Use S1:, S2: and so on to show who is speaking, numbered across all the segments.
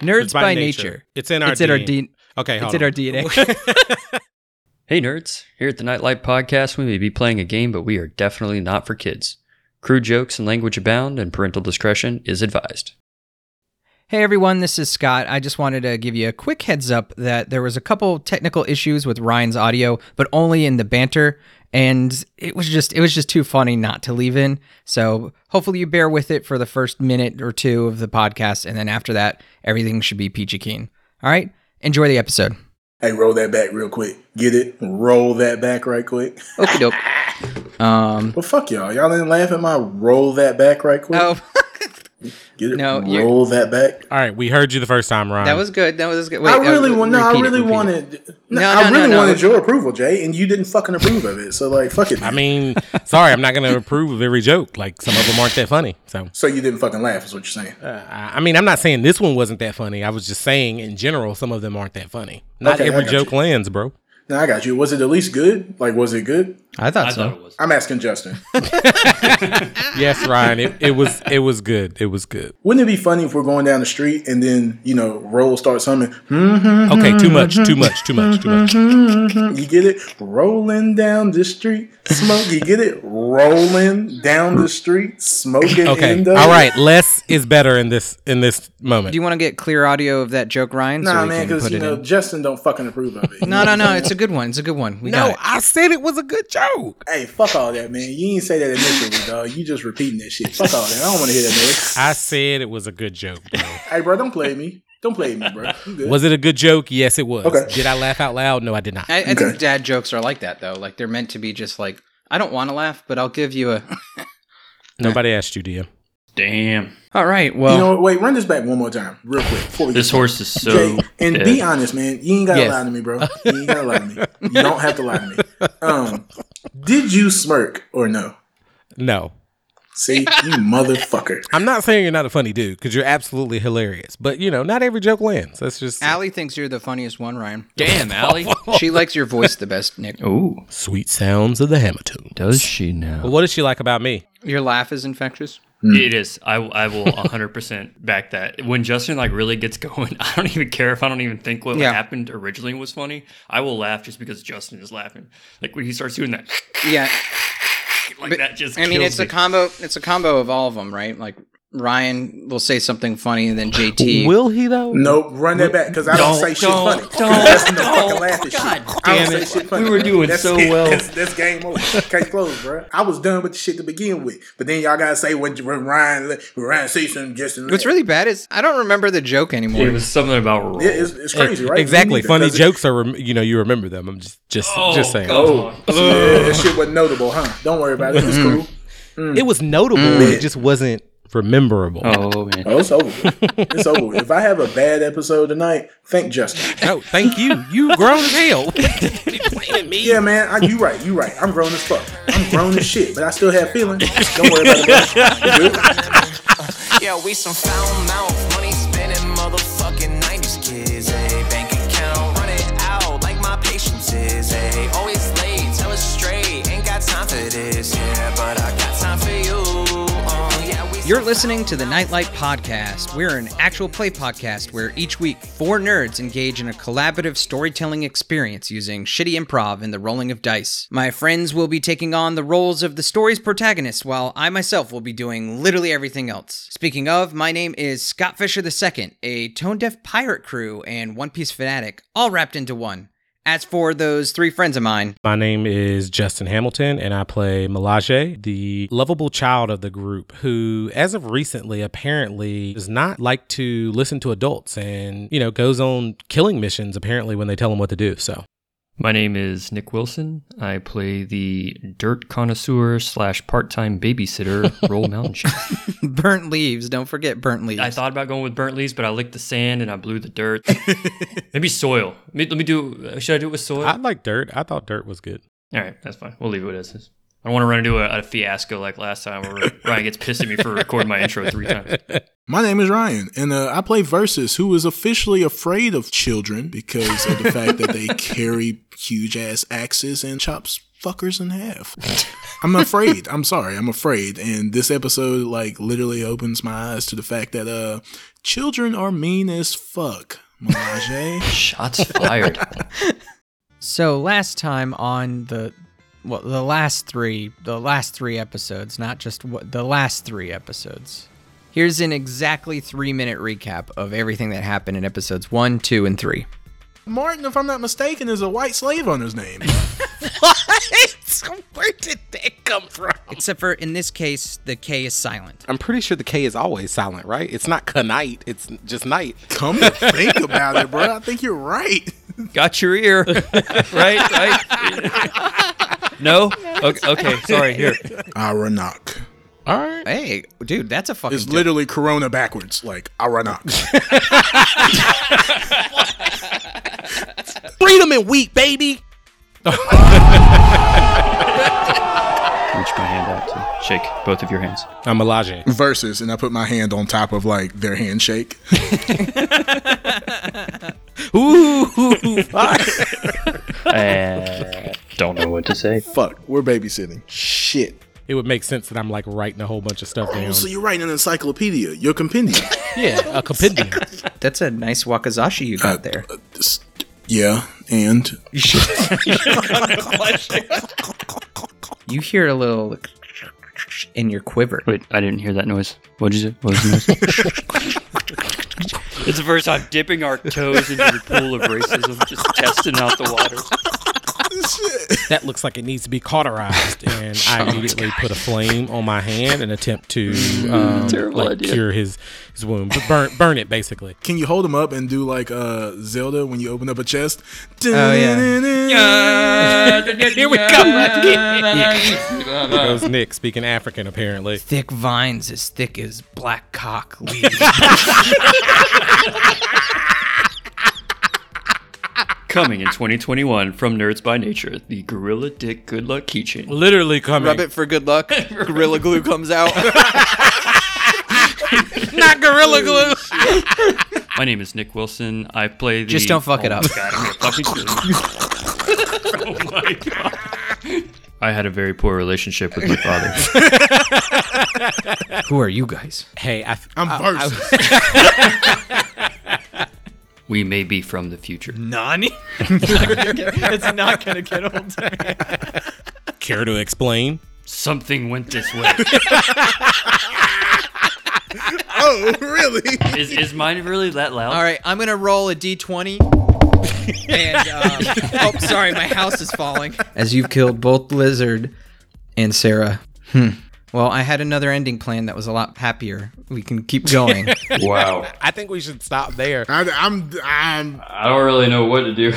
S1: Nerds by, nature.
S2: It's in our
S1: it's in our
S2: DNA.
S1: D-
S2: Okay, hold
S1: it's in
S2: on.
S1: our DNA.
S3: Hey nerds, here at the Nightlight Podcast, we may be playing a game, but we are definitely not for kids. Crude jokes and language abound, and parental discretion is advised.
S1: hey everyone, this is Scott. I just wanted to give you a quick heads up that there was a couple technical issues with Ryan's audio, but only in the banter, and it was just it was just too funny not to leave in. So hopefully you bear with it for the first minute or two of the podcast, and then after that, everything should be peachy keen. All right, enjoy the episode.
S4: Hey, roll that back real quick. Get it? Roll that back right quick.
S1: Okie doke. Um.
S4: Well, fuck y'all. Y'all didn't laugh at my roll that back right quick.
S1: Oh,
S4: Get it?
S1: no, you-
S4: roll that back.
S2: All right, we heard you the first time, Ron.
S1: that was good. That was good. Wait,
S4: I really
S1: uh,
S4: want. No, I
S1: repeat it,
S4: really
S1: repeat it.
S4: wanted. No,
S1: No,
S4: I
S1: no, no,
S4: really
S1: no.
S4: wanted your approval, Jay, and you didn't fucking approve of it. So like, fuck it.
S2: I mean, sorry, I'm not going to approve of every joke. Like some of them aren't that funny. So,
S4: so you didn't fucking laugh is what you're saying.
S2: uh, I I mean, I'm not saying this one wasn't that funny. I was just saying in general, some of them aren't that funny. Not
S4: Okay, I
S2: every
S4: got
S2: joke lands, bro.
S4: No, I got you. Was it at least good? Like, was it good?
S1: I thought so.
S3: was.
S4: I'm asking Justin.
S2: Yes, Ryan, it, it was it was good. It was good.
S4: Wouldn't it be funny if we're going down the street and then you know roll starts humming?
S2: Okay, too much, too much, too much, too much.
S4: You get it? Rolling down the street, smoke. You get it? Rolling down the street, smoking.
S2: Okay,
S4: Indo.
S2: all right. Less is better in this in this moment.
S1: Do you want to get clear audio of that joke, Ryan?
S4: Nah,
S1: we
S4: man,
S1: can
S4: because
S1: put
S4: you
S1: it
S4: know
S1: in?
S4: Justin don't fucking approve of it.
S1: No, no, no. It's a good one. It's a good one. We
S2: no,
S1: got
S2: I said it was a good joke.
S4: Hey, fuck all that, man. You ain't say that initially, dog. You just repeating that shit. Fuck all that. I don't want to hear that noise.
S2: I said it was a good joke. Bro.
S4: Hey, bro, don't play me. Don't play me, bro. You good.
S2: Was it a good joke? Yes, it was.
S4: Okay.
S2: Did I laugh out loud? No, I did not.
S1: it. I, I
S4: Okay.
S1: think dad jokes are like that, though. Like they're meant to be just like I don't want to laugh, but I'll give you a.
S2: Nobody asked you, DM.
S3: Damn.
S1: All right. Well,
S4: you know, what? wait, run this back one more time, real quick. Before we
S3: This
S4: get-
S3: horse is so.
S4: Jay, and
S3: dead.
S4: be honest, man. You ain't gotta
S1: Yes.
S4: lie to me, bro. You ain't gotta lie to me. You don't have to lie to me. Um, did you smirk or no?
S2: No.
S4: See, you motherfucker.
S2: I'm not saying you're not a funny dude because you're absolutely hilarious, but you know, not every joke lands. That's just
S1: Allie thinks you're the funniest one, Ryan.
S3: Damn, Allie.
S1: She likes your voice the best, Nick.
S4: Oh.
S3: Ooh,
S2: sweet sounds of the hammer tune.
S3: does she
S2: But
S3: now?
S2: what does she like about me?
S1: Your laugh is infectious.
S5: It is. I, I will 100% back that. When Justin like really gets going, I don't even care if I don't even think what
S1: Yeah.
S5: happened originally was funny. I will laugh just because Justin is laughing. Like when he starts doing that,
S1: Yeah.
S5: like
S1: But,
S5: that just.
S1: I mean,
S5: kills
S1: it's
S5: me.
S1: a combo. It's a combo of all of them, right? Like Ryan will say something funny, and then JT.
S2: Will he though?
S4: Nope, run that back because I don't, say shit
S5: don't,
S4: funny. 'Cause
S5: don't,
S4: that's in the
S5: don't.
S4: fucking laugh at shit. I don't say shit funny.
S5: We were doing
S4: That's
S5: so
S4: it.
S5: well.
S4: That's, that's game over. Case closed, bro. I was done with the shit to begin with, but then y'all gotta say when, when Ryan when Ryan says something just. in
S1: What's
S4: there.
S1: really bad is I don't remember the joke anymore.
S5: It was something about.
S4: yeah, it's, it's crazy, right?
S2: Exactly.
S4: Me neither,
S2: Funny
S4: 'cause it-
S2: jokes are rem- you know you remember them. I'm just just just saying.
S5: Oh,
S4: Yeah, that shit wasn't notable, huh? Don't worry about it. It's
S2: Mm-hmm.
S4: cool.
S2: It was notable.
S4: Mm.
S2: It just wasn't rememberable.
S3: Oh man.
S4: Oh, it's over. with. It's over. with. If I have a bad episode tonight, thank Justin.
S2: No, thank you. You grown as hell.
S4: Yeah, man, I, you right. You right. I'm grown as fuck. I'm grown as shit, but I still have feelings. Don't worry about it. bro.
S6: Yeah, we some foul mouth, money spinning motherfucking 90s kids. A bank account, run it out like my patience is. A always late, tell it straight, ain't got time for this. Yeah, but I got time for you. Uh, yeah, we
S1: You're
S6: some
S1: listening
S6: foul
S1: to the
S6: mouth.
S1: Nightlight Podcast. We're an actual play podcast where each week four nerds engage in a collaborative storytelling experience using shitty improv and the rolling of dice. My friends will be taking on the roles of the story's protagonists, while I myself will be doing literally everything else. Speaking of, my name is Scott Fisher II, a tone deaf pirate crew and One Piece fanatic, all wrapped into one. As for those three friends of mine,
S2: My name is Justin Hamilton, and I play Melage, the lovable child of the group, who, as of recently, apparently does not like to listen to adults and, you know, goes on killing missions apparently when they tell him what to do. So,
S5: My name is Nick Wilson. I play the dirt connoisseur slash part time babysitter, Roll Mountain Sheep.
S1: burnt leaves. Don't forget burnt leaves.
S5: I thought about going with burnt leaves, but I licked the sand and I blew the dirt. Maybe soil. Let me, let me do. Should I do it with soil?
S2: I like dirt. I thought dirt was good.
S5: All right, that's fine. We'll leave it as is.
S3: I don't want to run into a, a fiasco like last time where Ryan gets pissed at me for recording my intro three times.
S4: My name is Ryan, and uh, I play Versus, who is officially afraid of children because of the fact that they carry huge ass axes and chops fuckers in half. I'm afraid. I'm sorry. I'm afraid. And this episode, like, literally opens my eyes to the fact that uh, children are mean as fuck. Melage.
S5: Shots fired.
S1: So last time on the well, the last three, the last three episodes, not just what the last three episodes. Here's an exactly three minute recap of everything that happened in episodes one, two, and three.
S4: Martin, if I'm not mistaken, is a white slave on his name.
S1: What? Where did that come from? Um, Except for in this case, the K is silent.
S2: I'm pretty sure the K is always silent, right? It's not Knight, it's just Knight.
S4: Come to think about it, bro. I think you're right.
S5: Got your ear. right? Right? no? Okay, okay, sorry. Here.
S4: Aranak.
S1: Hey, dude, that's a fucking.
S4: It's literally Corona backwards, like Aranak.
S2: Freedom and wheat, baby.
S5: Reach my hand out
S1: Oh.
S5: to shake both of your hands.
S2: I'm Melage.
S4: Versus, and I put my hand on top of like their handshake.
S2: Ooh, fuck.
S5: Uh, don't know what to say.
S4: Fuck, we're babysitting. Shit.
S2: it would make sense that I'm like writing a whole bunch of stuff down.
S4: So you're writing an encyclopedia, your compendium.
S2: Yeah, a compendium.
S1: That's a nice wakazashi you got there.
S4: Just- yeah, and
S1: You hear a little like, in your quiver.
S3: Wait, I didn't hear that noise. What'd you say? What was the noise?
S5: It's the first time dipping our toes into the pool of racism, just testing out the water.
S2: that looks like it needs to be cauterized, and I immediately put a flame on my hand and attempt to um,
S5: Mm, Terrible
S2: like
S5: idea.
S2: cure his his wound, but burn burn it basically.
S4: can you hold them up and do like uh Zelda when you open up a chest?
S2: Here we go. Here goes Nick speaking African apparently.
S1: Thick vines as thick as black cock leaves.
S3: Coming in
S5: 2021 from Nerds by Nature, the Gorilla Dick Good Luck Keychain.
S2: Literally coming.
S7: Rub it for good luck. Gorilla glue comes out.
S1: Not gorilla glue.
S3: My name is Nick Wilson. I play the.
S1: Just don't fuck it
S3: Oh
S1: up.
S3: my God, I'm gonna fucking kill you. oh my god. I had a very poor relationship with my father.
S1: Who are you guys?
S2: Hey, I, f-
S4: I'm versus.
S3: We may be from the future.
S1: Nani? it's not gonna get old.
S2: care to explain?
S3: Something went this way.
S4: oh, really?
S3: Is, is mine really that loud?
S1: All right, I'm gonna roll a d20. and um, oh, sorry, my house is falling. As you've killed both Lizard and Sarah. Hmm. Well, I had another ending plan that was a lot happier. We can keep going.
S5: Wow.
S2: I think we should stop there.
S4: I, I'm I'm
S5: I don't really know what to do.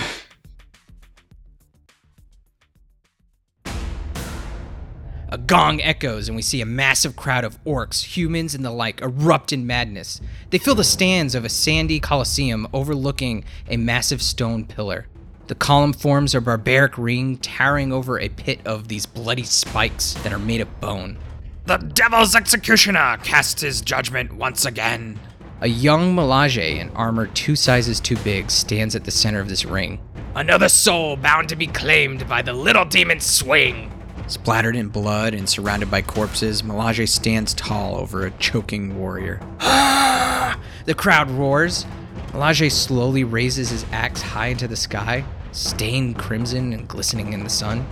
S1: A gong echoes, and we see a massive crowd of orcs, humans, and the like erupt in madness. They fill the stands of a sandy coliseum overlooking a massive stone pillar. The column forms a barbaric ring towering over a pit of these bloody spikes that are made of bone.
S8: The devil's executioner casts his judgment once again.
S1: A young Melage in armor two sizes too big stands at the center of this ring.
S8: Another soul bound to be claimed by the little demon swing.
S1: Splattered in blood and surrounded by corpses, Melage stands tall over a choking warrior. the crowd roars. Melage slowly raises his axe high into the sky, stained crimson and glistening in the sun.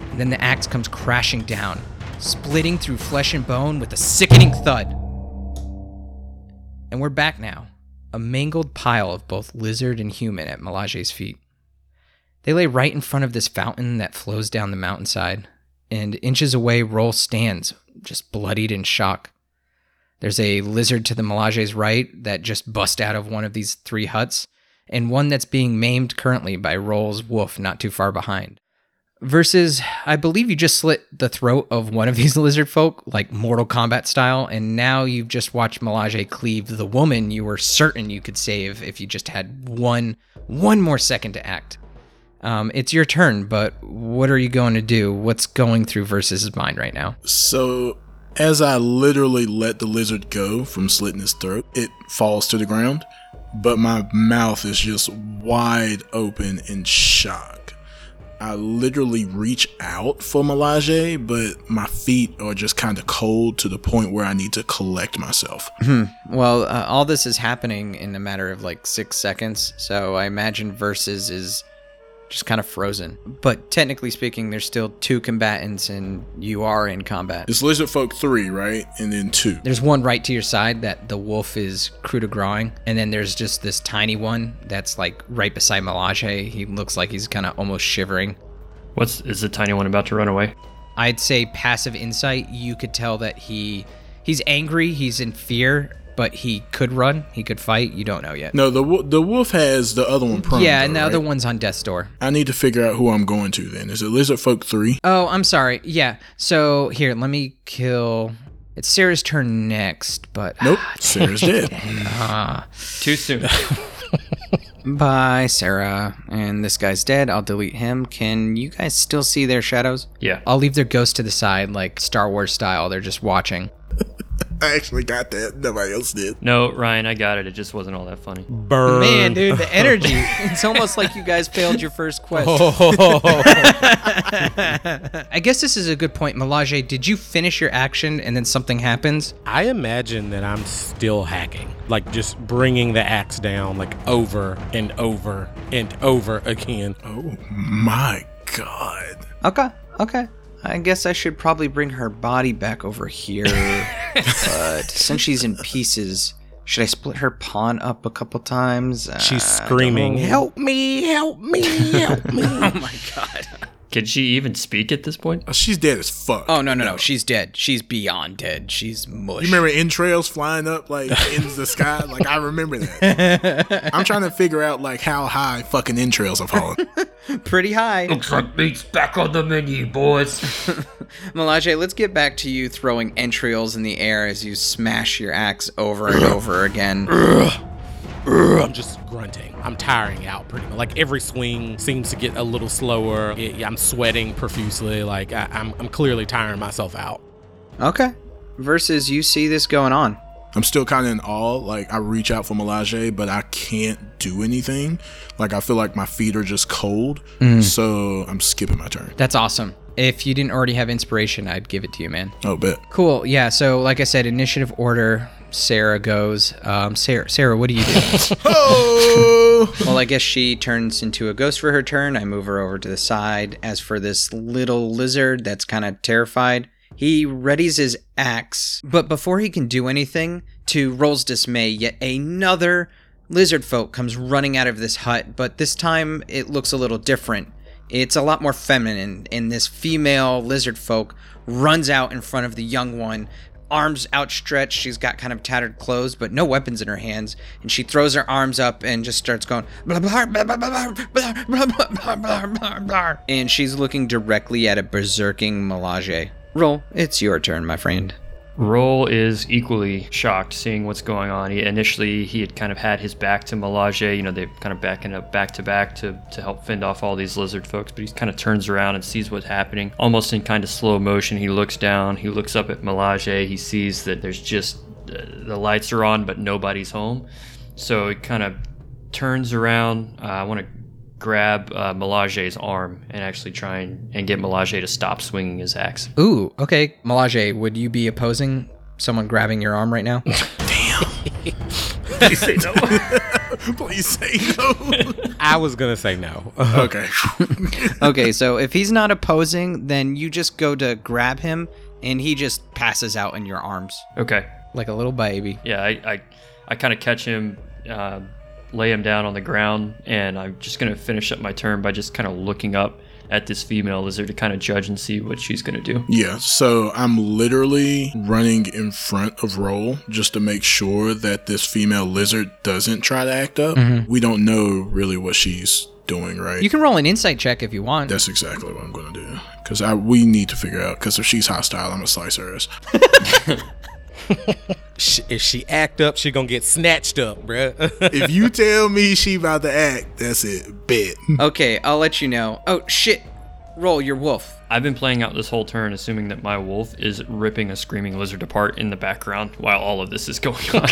S1: And then the axe comes crashing down, splitting through flesh and bone with a sickening thud. And we're back now, a mangled pile of both lizard and human at Melage's feet. They lay right in front of this fountain that flows down the mountainside, and inches away, Roll stands, just bloodied in shock. There's a lizard to the Melage's right that just bust out of one of these three huts, and one that's being maimed currently by Roll's wolf not too far behind. Versus, I believe you just slit the throat of one of these lizard folk, like Mortal Kombat style, and now you've just watched Melage cleave the woman you were certain you could save if you just had one one more second to act. Um, it's your turn, but what are you going to do? What's going through Versus's mind right now?
S4: So, as I literally let the lizard go from slitting his throat, it falls to the ground, but my mouth is just wide open in shock. I literally reach out for Melage, but my feet are just kind of cold to the point where I need to collect myself.
S1: Well, uh, all this is happening in a matter of like six seconds, so I imagine Versus is just kind of frozen. But technically speaking, there's still two combatants, and you are in combat.
S4: It's lizard folk three, right? And then two.
S1: There's one right to your side that the wolf is crude growing, and then there's just this tiny one that's like right beside Melage. He looks like he's kind of almost shivering.
S3: What's is the tiny one about to run away?
S1: I'd say passive insight. You could tell that he he's angry, he's in fear, but he could run, he could fight. You don't know yet.
S4: No, the wo- the wolf has the other one prone.
S1: yeah,
S4: though,
S1: and the other
S4: right?
S1: one's on death's door.
S4: I need to figure out who I'm going to. Then is it lizard folk three?
S1: Oh, I'm sorry. Yeah. So here, let me kill. It's Sarah's turn next, but
S4: Nope, Sarah's dead.
S3: Too soon.
S1: bye, Sarah. And this guy's dead. I'll delete him. Can you guys still see their shadows?
S3: yeah.
S1: I'll leave their ghost to the side, like Star Wars style. They're just watching.
S4: I actually got that. Nobody else did.
S3: No, Ryan, I got it. It just wasn't all that funny.
S2: Burn.
S1: Man, dude, the energy. it's almost like you guys failed your first quest.
S4: Oh.
S1: I guess this is a good point, Melage. Did you finish your action and then something happens?
S2: I imagine that I'm still hacking, like just bringing the axe down, like over and over and over again.
S4: Oh my god.
S1: Okay, okay. I guess I should probably bring her body back over here. but since she's in pieces, should I split her pawn up a couple times? Uh,
S2: She's screaming, "Help me! Help me! Help me!"
S3: Can she even speak at this point?
S4: Oh, She's dead as fuck.
S1: oh, no, no, no. She's dead. She's beyond dead. She's mush.
S4: You remember entrails flying up like in the sky? Like I remember that. I'm trying to figure out like how high fucking entrails are falling.
S1: Pretty high.
S8: Looks like meat's back on the menu, boys.
S1: Melage, let's get back to you throwing entrails in the air as you smash your axe over and over again.
S2: I'm just grunting. I'm tiring out pretty much. Like every swing seems to get a little slower. It- I'm sweating profusely. Like I, I'm, I'm clearly tiring myself out.
S1: Okay. Versus you see this going on.
S4: I'm still kind of in awe. Like I reach out for Melage, but I can't do anything. Like I feel like my feet are just cold. So I'm skipping my turn.
S1: That's awesome. If you didn't already have inspiration, I'd give it to you, man.
S4: Oh, bet.
S1: Cool. Yeah. So, like I said, initiative order. Sarah goes. Um, Sarah, Sarah, what do you do?
S4: Oh,
S1: well, I guess she turns into a ghost for her turn. I move her over to the side. As for this little lizard that's kind of terrified, he readies his axe, but before he can do anything, to Roll's dismay, yet another lizard folk comes running out of this hut. But this time, it looks a little different. It's a lot more feminine, and this female lizard folk runs out in front of the young one, arms outstretched. She's got kind of tattered clothes, but no weapons in her hands, and she throws her arms up and just starts going blah blah blah blah blah blah blah blah blah blah blah blah. And she's looking directly at a berserking Melage. Roll, it's your turn, my friend.
S3: Roll is equally shocked seeing what's going on. He, initially, he had kind of had his back to Melage. You know, they're kind of backing up back to back to, to help fend off all these lizard folks. But he kind of turns around and sees what's happening. Almost in kind of slow motion, he looks down. He looks up at Melage. He sees that there's just uh, the lights are on, but nobody's home. So he kind of turns around. Uh, I want to grab uh, Melage's arm and actually try and, and get Melage to stop swinging his axe.
S1: Ooh, okay. Melage, would you be opposing someone grabbing your arm right now?
S4: please say no.
S2: I was gonna say no.
S4: okay.
S1: okay, so if he's not opposing, then you just go to grab him and he just passes out in your arms
S3: Okay.
S1: like a little baby.
S3: yeah, I I, I kind of catch him, uh, lay him down on the ground, and I'm just gonna finish up my turn by just kind of looking up at this female lizard to kind of judge and see what she's gonna do.
S4: Yeah, so I'm literally running in front of Roll just to make sure that this female lizard doesn't try to act up.
S2: Mm-hmm.
S4: We don't know really what she's doing, right?
S1: You can roll an insight check if you want.
S4: That's exactly what I'm gonna do. Cause I we need to figure out. Cause if she's hostile, I'm gonna slice her ass.
S2: Sh- if she act up, she gonna get snatched up, bruh.
S4: If you tell me she about to act, that's it. Bet.
S1: Okay, I'll let you know. Oh, shit. Roll your wolf.
S3: I've been playing out this whole turn assuming that my wolf is ripping a screaming lizard apart in the background while all of this is going on.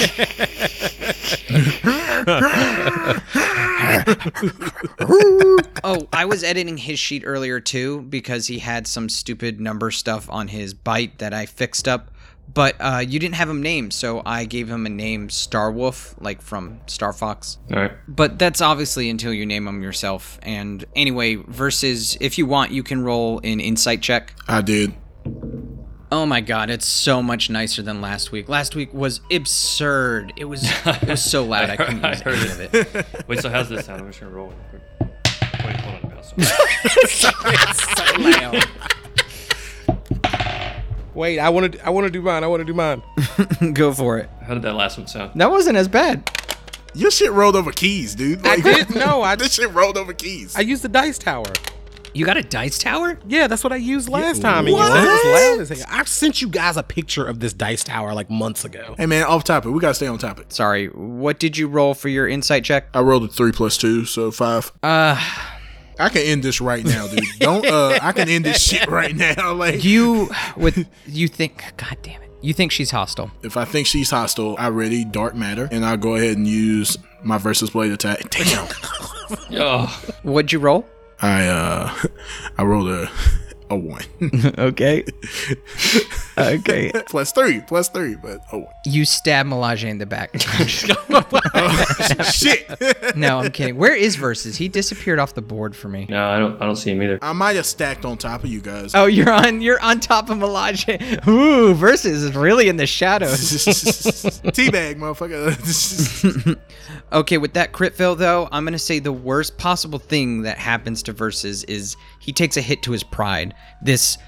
S1: Oh, I was editing his sheet earlier too because he had some stupid number stuff on his bite that I fixed up. But uh, you didn't have him named, so I gave him a name, Star Wolf, like from Star Fox.
S3: all right.
S1: But that's obviously until you name him yourself. And anyway, versus if you want, you can roll an insight check.
S4: I did.
S1: Oh my god, it's so much nicer than last week. Last week was absurd. It was it was so loud I couldn't use any of it.
S3: Wait, so how's this sound? I'm just gonna roll. Real quick. Wait, hold on. pass.
S2: Wait, I wanna I wanna do mine. I wanna do mine.
S1: Go for it.
S3: How did that last one sound?
S1: That wasn't as bad.
S4: Your shit rolled over keys, dude. Like,
S2: did- no, I-
S4: this shit rolled over keys.
S2: I used the dice tower.
S1: You got a dice tower?
S2: Yeah, that's what I used last time. and you said it was loud as hell. I sent you guys a picture of this dice tower like months ago.
S4: hey man, off topic. We gotta stay on topic.
S1: Sorry, what did you roll for your insight check?
S4: I rolled a three plus two, so five.
S1: Uh,
S4: I can end this right now, dude. Don't. uh I can end this shit right now. Like,
S1: you with you think? God damn it! You think she's hostile?
S4: if I think she's hostile, I ready dark matter, and I'll go ahead and use my versus blade attack. Damn.
S3: Oh,
S1: What'd you roll?
S4: I uh, I rolled a a one
S1: okay. okay.
S4: plus three, plus three, but oh
S1: You stab Melage in the back.
S4: shit.
S1: no, I'm kidding. Where is versus? He disappeared off the board for me.
S3: no, I don't. I don't see him either.
S4: I might have stacked on top of you guys.
S1: Oh, you're on you're on top of Melage. Ooh, versus is really in the shadows.
S4: Teabag, motherfucker.
S1: Okay, with that crit fail though, I'm gonna say the worst possible thing that happens to Versus is he takes a hit to his pride. This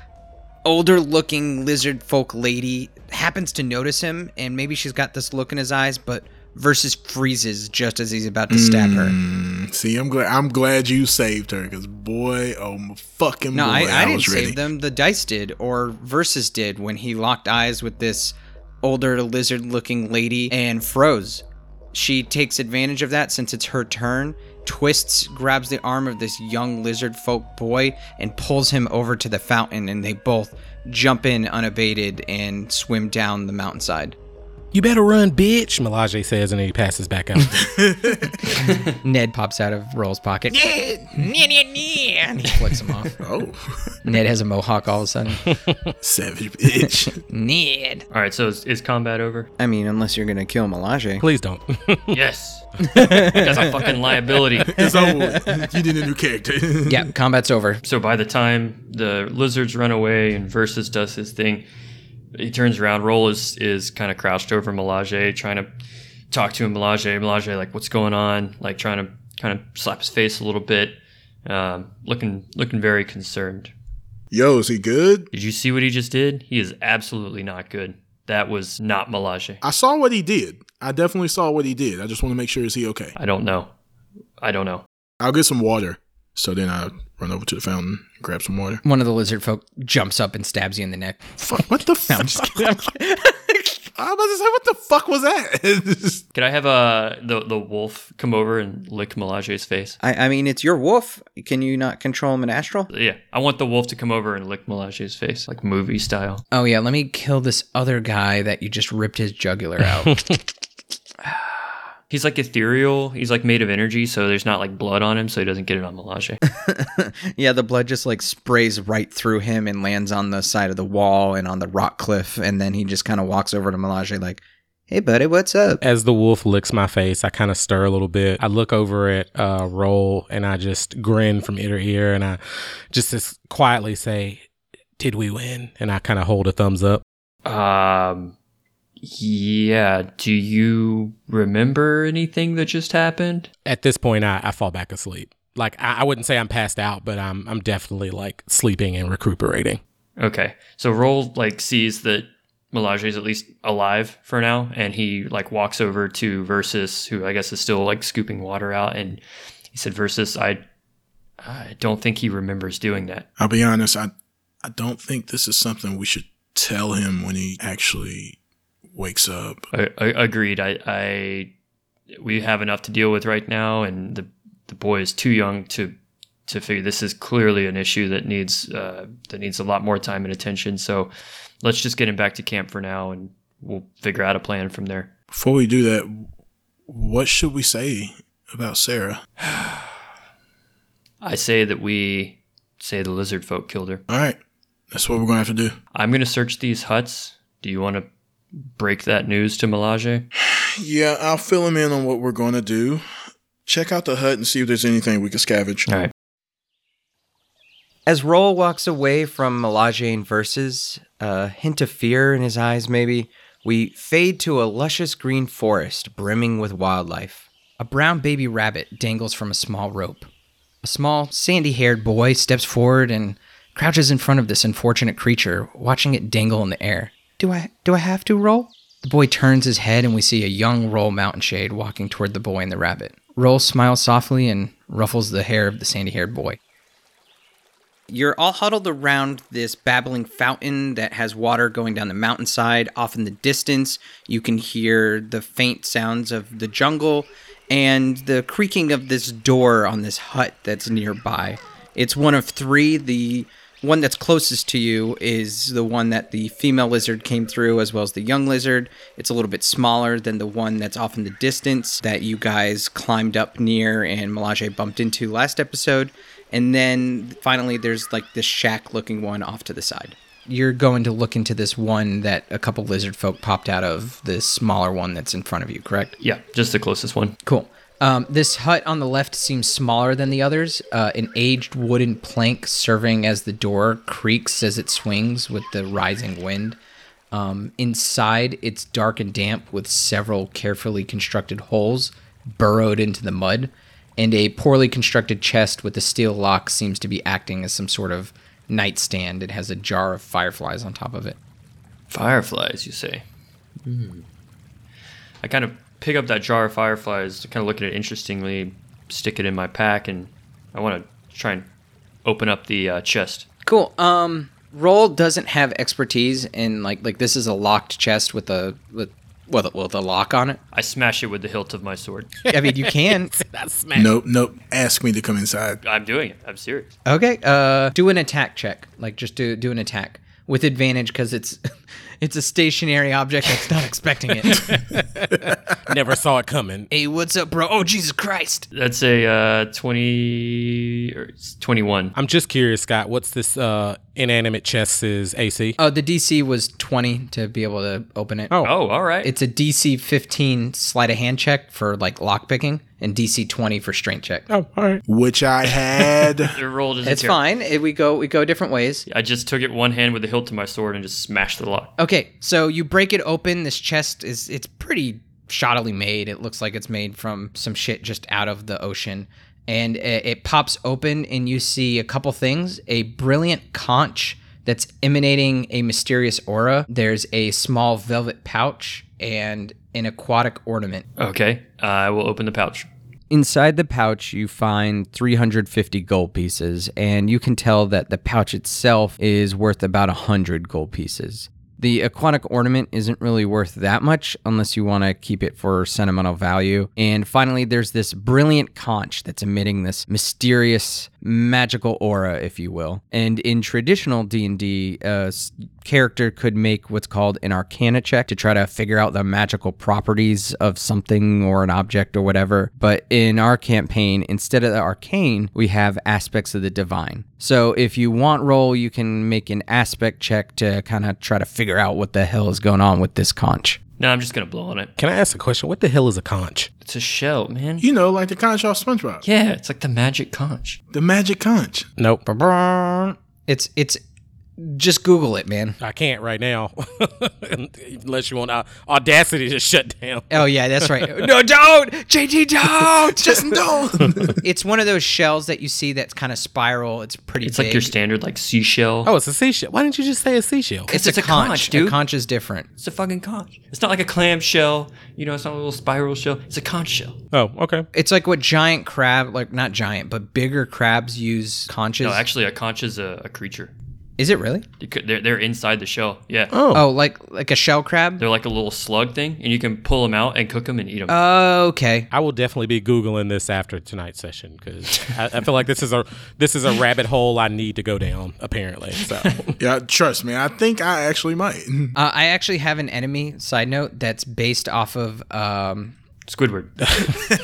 S1: older looking lizard folk lady happens to notice him, and maybe she's got this look in his eyes, but Versus freezes just as he's about to stab her.
S4: See, I'm glad. I'm glad you saved her, cause boy, oh my fucking
S1: No,
S4: boy,
S1: I, I didn't
S4: was ready.
S1: save them. The dice did, or Versus did, when he locked eyes with this older lizard looking lady and froze. She takes advantage of that since it's her turn, twists, grabs the arm of this young lizard folk boy, and pulls him over to the fountain, and they both jump in unabated and swim down the mountainside.
S2: You better run, bitch, Melage says, and then he passes back out.
S1: Ned pops out of Roll's pocket. Yeah, yeah, yeah, yeah, and he flicks him off.
S4: Oh,
S1: Ned has a mohawk all of a sudden.
S4: savage bitch.
S1: Ned.
S3: All right. So is, is combat over?
S1: I mean, unless you're gonna kill Melage.
S2: Please don't.
S3: yes. That's a fucking liability.
S4: it's over. with. You did a new character.
S1: Yeah, combat's over.
S3: So by the time the lizards run away and Versus does his thing, he turns around. Roll is is kind of crouched over Melage, trying to talk to him. Melage, Melage, like what's going on? Like trying to kind of slap his face a little bit, um, looking looking very concerned.
S4: Yo, is he good?
S3: Did you see what he just did? He is absolutely not good. That was not Melage.
S4: I saw what he did. I definitely saw what he did. I just want to make sure is he okay.
S3: I don't know. I don't know.
S4: I'll get some water. So then I run over to the fountain, grab some water.
S1: One of the lizard folk jumps up and stabs you in the neck.
S4: Fuck, what the fuck? I was about to say, what the fuck was that?
S3: Can I have uh, the the wolf come over and lick Melage's face?
S1: I, I mean, it's your wolf. Can you not control him in astral?
S3: Yeah, I want the wolf to come over and lick Melage's face, like movie style.
S1: Oh, yeah. Let me kill this other guy that you just ripped his jugular out.
S3: He's like ethereal. He's like made of energy, so there's not like blood on him, so he doesn't get it on Melage.
S1: yeah, the blood just like sprays right through him and lands on the side of the wall and on the rock cliff. And then he just kind of walks over to Melage, like, hey, buddy, what's up?
S2: As the wolf licks my face, I kind of stir a little bit. I look over at uh, Roll and I just grin from ear to ear and I just as quietly say, Did we win? And I kind of hold a thumbs up.
S3: um, yeah. Do you remember anything that just happened?
S2: At this point, I, I fall back asleep. Like, I, I wouldn't say I'm passed out, but I'm, I'm definitely like sleeping and recuperating.
S3: Okay, so Roll like sees that Melage is at least alive for now, and he like walks over to Versus, who I guess is still like scooping water out, and he said, "Versus, I, I don't think he remembers doing that."
S4: I'll be honest, I I don't think this is something we should tell him when he actually wakes up.
S3: I, I, agreed. I, I we have enough to deal with right now, and the the boy is too young to to figure. This is clearly an issue that needs uh, that needs a lot more time and attention. So let's just get him back to camp for now, and we'll figure out a plan from there.
S4: Before we do that, what should we say about Sarah?
S3: I say that we say the lizard folk killed her.
S4: All right, that's what we're gonna have to do.
S3: I'm gonna search these huts. Do you want to break that news to Melage?
S4: Yeah, I'll fill him in on what we're gonna do. Check out the hut and see if there's anything we can scavenge.
S3: All right.
S1: As Roll walks away from Melage and Verses, a hint of fear in his eyes maybe, we fade to a luscious green forest brimming with wildlife. A brown baby rabbit dangles from a small rope. A small, sandy haired boy steps forward and crouches in front of this unfortunate creature, watching it dangle in the air. Do I do I have to roll? The boy turns his head and we see a young Roll Mountain Shade walking toward the boy and the rabbit. Roll smiles softly and ruffles the hair of the sandy haired boy. You're all huddled around this babbling fountain that has water going down the mountainside. Off in the distance, you can hear the faint sounds of the jungle and the creaking of this door on this hut that's nearby. It's one of three. The one that's closest to you is the one that the female lizard came through, as well as the young lizard. It's a little bit smaller than the one that's off in the distance that you guys climbed up near and Melage bumped into last episode. And then finally, there's like this shack looking one off to the side. You're going to look into this one that a couple lizard folk popped out of, this smaller one that's in front of you, correct?
S3: Yeah, just the closest one.
S1: Cool. Um, this hut on the left seems smaller than the others. Uh, an aged wooden plank serving as the door creaks as it swings with the rising wind. Um, inside, it's dark and damp with several carefully constructed holes burrowed into the mud, and a poorly constructed chest with a steel lock seems to be acting as some sort of nightstand. It has a jar of fireflies on top of it.
S3: Fireflies, you say?
S1: Hmm.
S3: I kind of pick up that jar of fireflies, kind of look at it interestingly, stick it in my pack, and I want to try and open up the uh, chest.
S1: Cool. Um, roll doesn't have expertise in like like this is a locked chest with a with with, with a lock on it.
S3: I smash it with the hilt of my sword.
S1: I mean, you can.
S4: Nope, nope. Ask me to come inside.
S3: I'm doing it. I'm serious.
S1: Okay. Uh, do an attack check. Like just do do an attack with advantage because it's it's a stationary object that's not expecting it.
S2: Never saw it coming.
S8: Hey, what's up, bro? Oh, Jesus Christ.
S3: That's a uh, 20 or it's 21.
S2: I'm just curious, Scott. What's this uh, inanimate chest's AC?
S1: Oh, the DC was twenty to be able to open it.
S3: Oh, all right.
S1: It's a DC 15 sleight of hand check for like lockpicking and DC 20 for strength check.
S2: Oh, all right.
S4: Which I had.
S3: the roll doesn't
S1: it's
S3: care.
S1: fine. It- we go we go different ways.
S3: I just took it one hand with the hilt of my sword and just smashed the lock.
S1: Okay, so you break it open. This chest is it's pretty shoddily made. It looks like it's made from some shit just out of the ocean. And it, it pops open, and you see a couple things: a brilliant conch that's emanating a mysterious aura. There's a small velvet pouch and an aquatic ornament.
S3: Okay, uh, I will open the pouch.
S1: Inside the pouch, you find 350 gold pieces, and you can tell that the pouch itself is worth about 100 gold pieces. The aquatic ornament isn't really worth that much unless you want to keep it for sentimental value. And finally, there's this brilliant conch that's emitting this mysterious magical aura, if you will. And in traditional D&D, a uh, s- character could make what's called an arcana check to try to figure out the magical properties of something or an object or whatever. But in our campaign, instead of the arcane, we have aspects of the divine. So if you want roll, you can make an aspect check to kind of try to figure out what the hell is going on with this conch.
S3: No, I'm just gonna blow on it.
S2: Can I ask a question? What the hell is a conch?
S3: It's a shell, man.
S4: You know, like the conch off SpongeBob.
S3: Yeah, it's like the magic conch.
S4: The magic conch.
S2: Nope.
S1: It's it's just Google it, man.
S2: I can't right now. Unless you want uh, Audacity to shut down.
S1: Oh yeah, that's right. No, don't, JT, don't, just don't. it's one of those shells that you see that's kind of spiral. It's pretty.
S3: It's like your
S1: big.
S3: standard like seashell.
S2: Oh, it's a seashell. Why didn't you just say a seashell?
S1: It's,
S3: it's
S1: a,
S3: a
S1: conch.
S3: conch,
S1: A
S3: dude.
S1: conch is different.
S3: It's a fucking conch. It's not like a clam shell. You know, it's not a little spiral shell. It's a conch shell.
S2: Oh, okay.
S1: It's like what giant crab, like not giant, but bigger crabs use conches.
S3: Oh, No, actually, a conch is a, a creature.
S1: Is it really?
S3: You could- They're, they're inside the shell. Yeah.
S1: Oh, like like a shell crab.
S3: They're like a little slug thing, and you can pull them out and cook them and eat them.
S1: Oh. Okay.
S2: I will definitely be googling this after tonight's session because I, I feel like this is a this is a rabbit hole I need to go down. Apparently, so
S4: Yeah, trust me. I think I actually might.
S1: Uh, I actually have an enemy side note that's based off of um
S3: Squidward.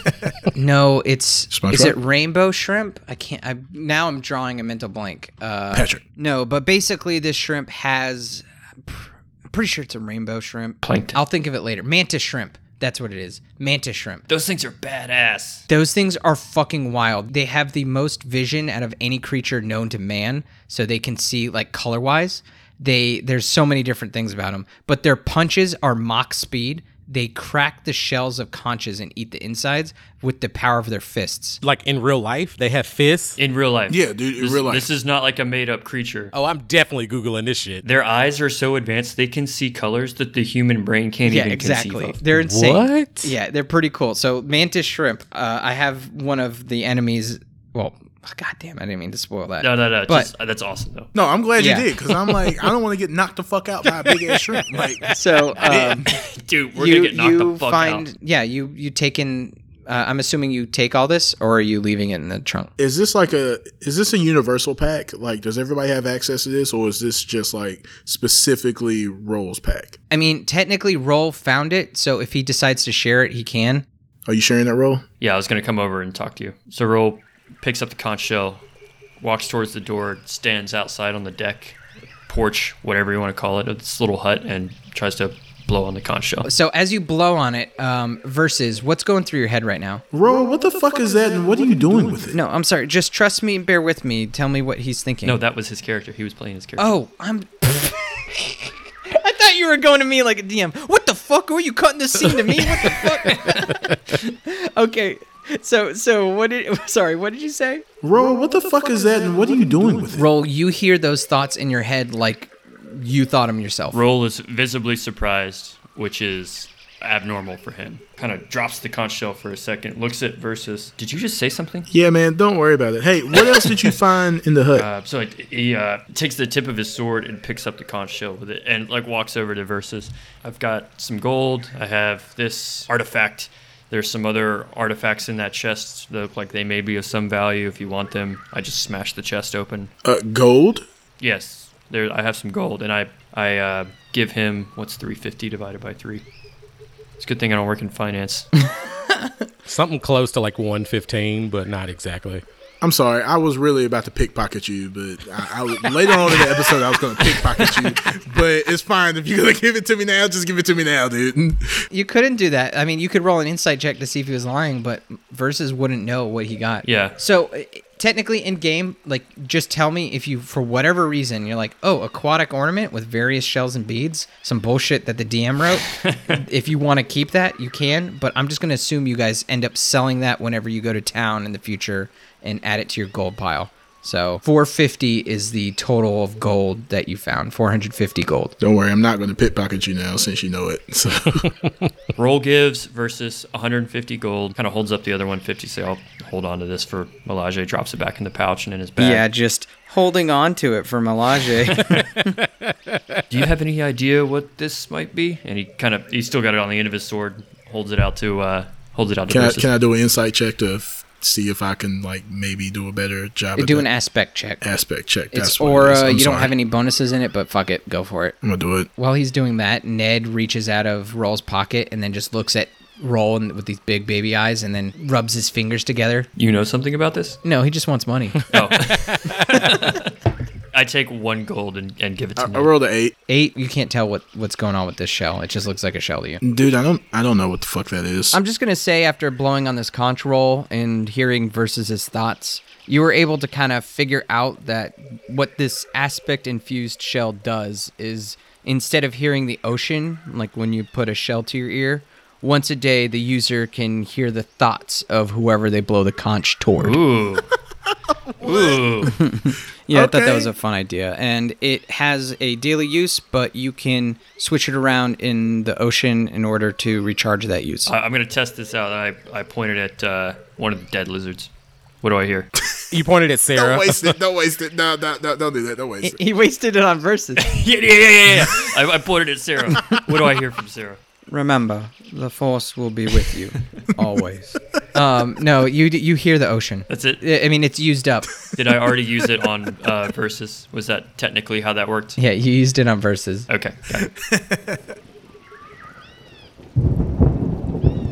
S1: no, it's
S4: SpongeBob?
S1: is it rainbow shrimp? I can't. I now I'm drawing a mental blank. Uh,
S4: Patrick.
S1: No, but basically this shrimp has. I'm pr- I'm pretty sure it's a rainbow shrimp.
S3: Plankton.
S1: I'll think of it later. Mantis shrimp. That's what it is. Mantis shrimp.
S3: Those things are badass.
S1: Those things are fucking wild. They have the most vision out of any creature known to man, so they can see like color wise. They there's so many different things about them, but their punches are mock speed. They crack the shells of conches and eat the insides with the power of their fists.
S2: like in real life, they have fists.
S3: In real life.
S4: Yeah, dude, in
S3: This-
S4: real life.
S3: This is not like a made up creature.
S2: Oh, I'm definitely googling this shit.
S3: Their eyes are so advanced they can see colors that the human brain can't
S1: Yeah,
S3: even
S1: exactly.
S3: conceive of.
S1: They're insane.
S2: What?
S1: Yeah, they're pretty cool. So mantis shrimp. Uh, I have one of the enemies. Well, god damn, I didn't mean to spoil that.
S3: No, no, no.
S1: But-
S3: just, that's awesome though.
S4: No, I'm glad
S1: Yeah.
S4: you did because I'm like, I don't want to get knocked the fuck out by a big ass shrimp. Like,
S1: So um,
S3: Dude, we're
S1: you
S3: gonna get knocked
S1: you
S3: the fuck
S1: find
S3: out.
S1: yeah you you take in. Uh, I'm assuming you take all this, or are you leaving it in the trunk?
S4: is this like a is this a universal pack? Like, does everybody have access to this, or is this just like specifically Rolls pack?
S1: I mean, technically, Roll found it, so if he decides to share it, he can.
S4: Are you sharing that roll?
S3: Yeah, I was gonna come over and talk to you. So Roll picks up the conch shell, walks towards the door, stands outside on the deck, porch, whatever you want to call it, of this little hut, and tries to blow on the conch shell.
S1: So as you blow on it, um, versus what's going through your head right now?
S4: Roll, what the fuck is that, and what are you doing with it?
S1: No, I'm sorry. Just trust me and bear with me. Tell me what he's thinking.
S3: No, that was his character. He was playing his character.
S1: Oh, I'm. I thought you were going to me like a DM. What the fuck? Were you cutting this scene to me? What the fuck? okay. So so what did sorry what did you say?
S4: Roll, what the fuck is that, and what are you doing with it?
S1: Roll. You hear those thoughts in your head like you thought them yourself.
S3: Roll is visibly surprised, which is abnormal for him. Kind of drops the conch shell for a second, looks at versus. Did you just say something?
S4: Yeah, man, don't worry about it. Hey, what else did you find in the hut?
S3: Uh, so it, he uh, takes the tip of his sword and picks up the conch shell with it, and like walks over to versus. I've got some gold. I have this artifact. There's some other artifacts in that chest that look like they may be of some value if you want them. I just smashed the chest open.
S4: Uh, gold.
S3: Yes, there. I have some gold, and I I uh, give him what's three fifty divided by three. It's a good thing I don't work in finance.
S2: Something close to like 115, but not exactly.
S4: I'm sorry, I was really about to pickpocket you, but I, I was, later on in the episode I was going to pickpocket you. But it's fine if you're going to give it to me now. Just give it to me now, dude.
S1: You couldn't do that. I mean, you could roll an insight check to see if he was lying, but versus wouldn't know what he got.
S3: Yeah.
S1: So uh, technically, in game, like just tell me if you, for whatever reason, you're like, oh, aquatic ornament with various shells and beads, some bullshit that the DM wrote. if you want to keep that, you can. But I'm just gonna assume you guys end up selling that whenever you go to town in the future and add it to your gold pile. So 450 is the total of gold that you found. 450 gold.
S4: Don't worry, I'm not going to pickpocket you now since you know it. So
S3: Roll gives versus 150 gold. Kind of holds up the other 150. Say, I'll hold on to this for Melage. Drops it back in the pouch and in his bag.
S1: Yeah, just holding on to it for Melage.
S3: Do you have any idea what this might be? And he kind of he's still got it on the end of his sword. Holds it out to uh, holds it out to
S4: can I
S3: versus.
S4: can I do an insight check to f- see if I can like maybe do a better job? at
S1: Do an
S4: that?
S1: aspect check.
S4: aspect check.
S1: It's
S4: That's what it is.
S1: aura.
S4: I'm
S1: You don't
S4: sorry.
S1: have any bonuses in it, but fuck it, go for it.
S4: I'm gonna do it.
S1: While he's doing that, Ned reaches out of Roll's pocket and then just looks at Roll and- with these big baby eyes, and then rubs his fingers together.
S3: you know something about this?
S1: No, he just wants money.
S3: No. I take one gold and, and give it to
S4: I
S3: him.
S4: rolled an eight,
S1: Eight, you can't tell what what's going on with this shell. It just looks like a shell to you.
S4: dude. I don't I don't know what the fuck that is.
S1: I'm just gonna say, after blowing on this conch roll and hearing versus his thoughts, you were able to kind of figure out that what this aspect infused shell does is instead of hearing the ocean, like when you put a shell to your ear, once a day the user can hear the thoughts of whoever they blow the conch toward.
S3: Ooh. Ooh.
S1: Yeah, I thought that
S4: Okay.
S1: was a fun idea. And it has a daily use, but you can switch it around in the ocean in order to recharge that use.
S3: I, I'm gonna test this out. I I pointed at uh, one of the dead lizards. What do I hear?
S2: You pointed at Sarah.
S9: Don't waste it. Don't waste it. No, no, no, don't do that. Don't waste it.
S1: He wasted it on verses.
S3: yeah, yeah, yeah, yeah. yeah. I, I pointed at Sarah. What do I hear from Sarah?
S1: Remember, the force will be with you always. Um, no, you you hear the ocean.
S3: That's it.
S1: I I mean, it's used up.
S3: Did I already use it on uh, versus? Was that technically how that worked?
S1: Yeah, you used it on verses.
S3: Okay. got it.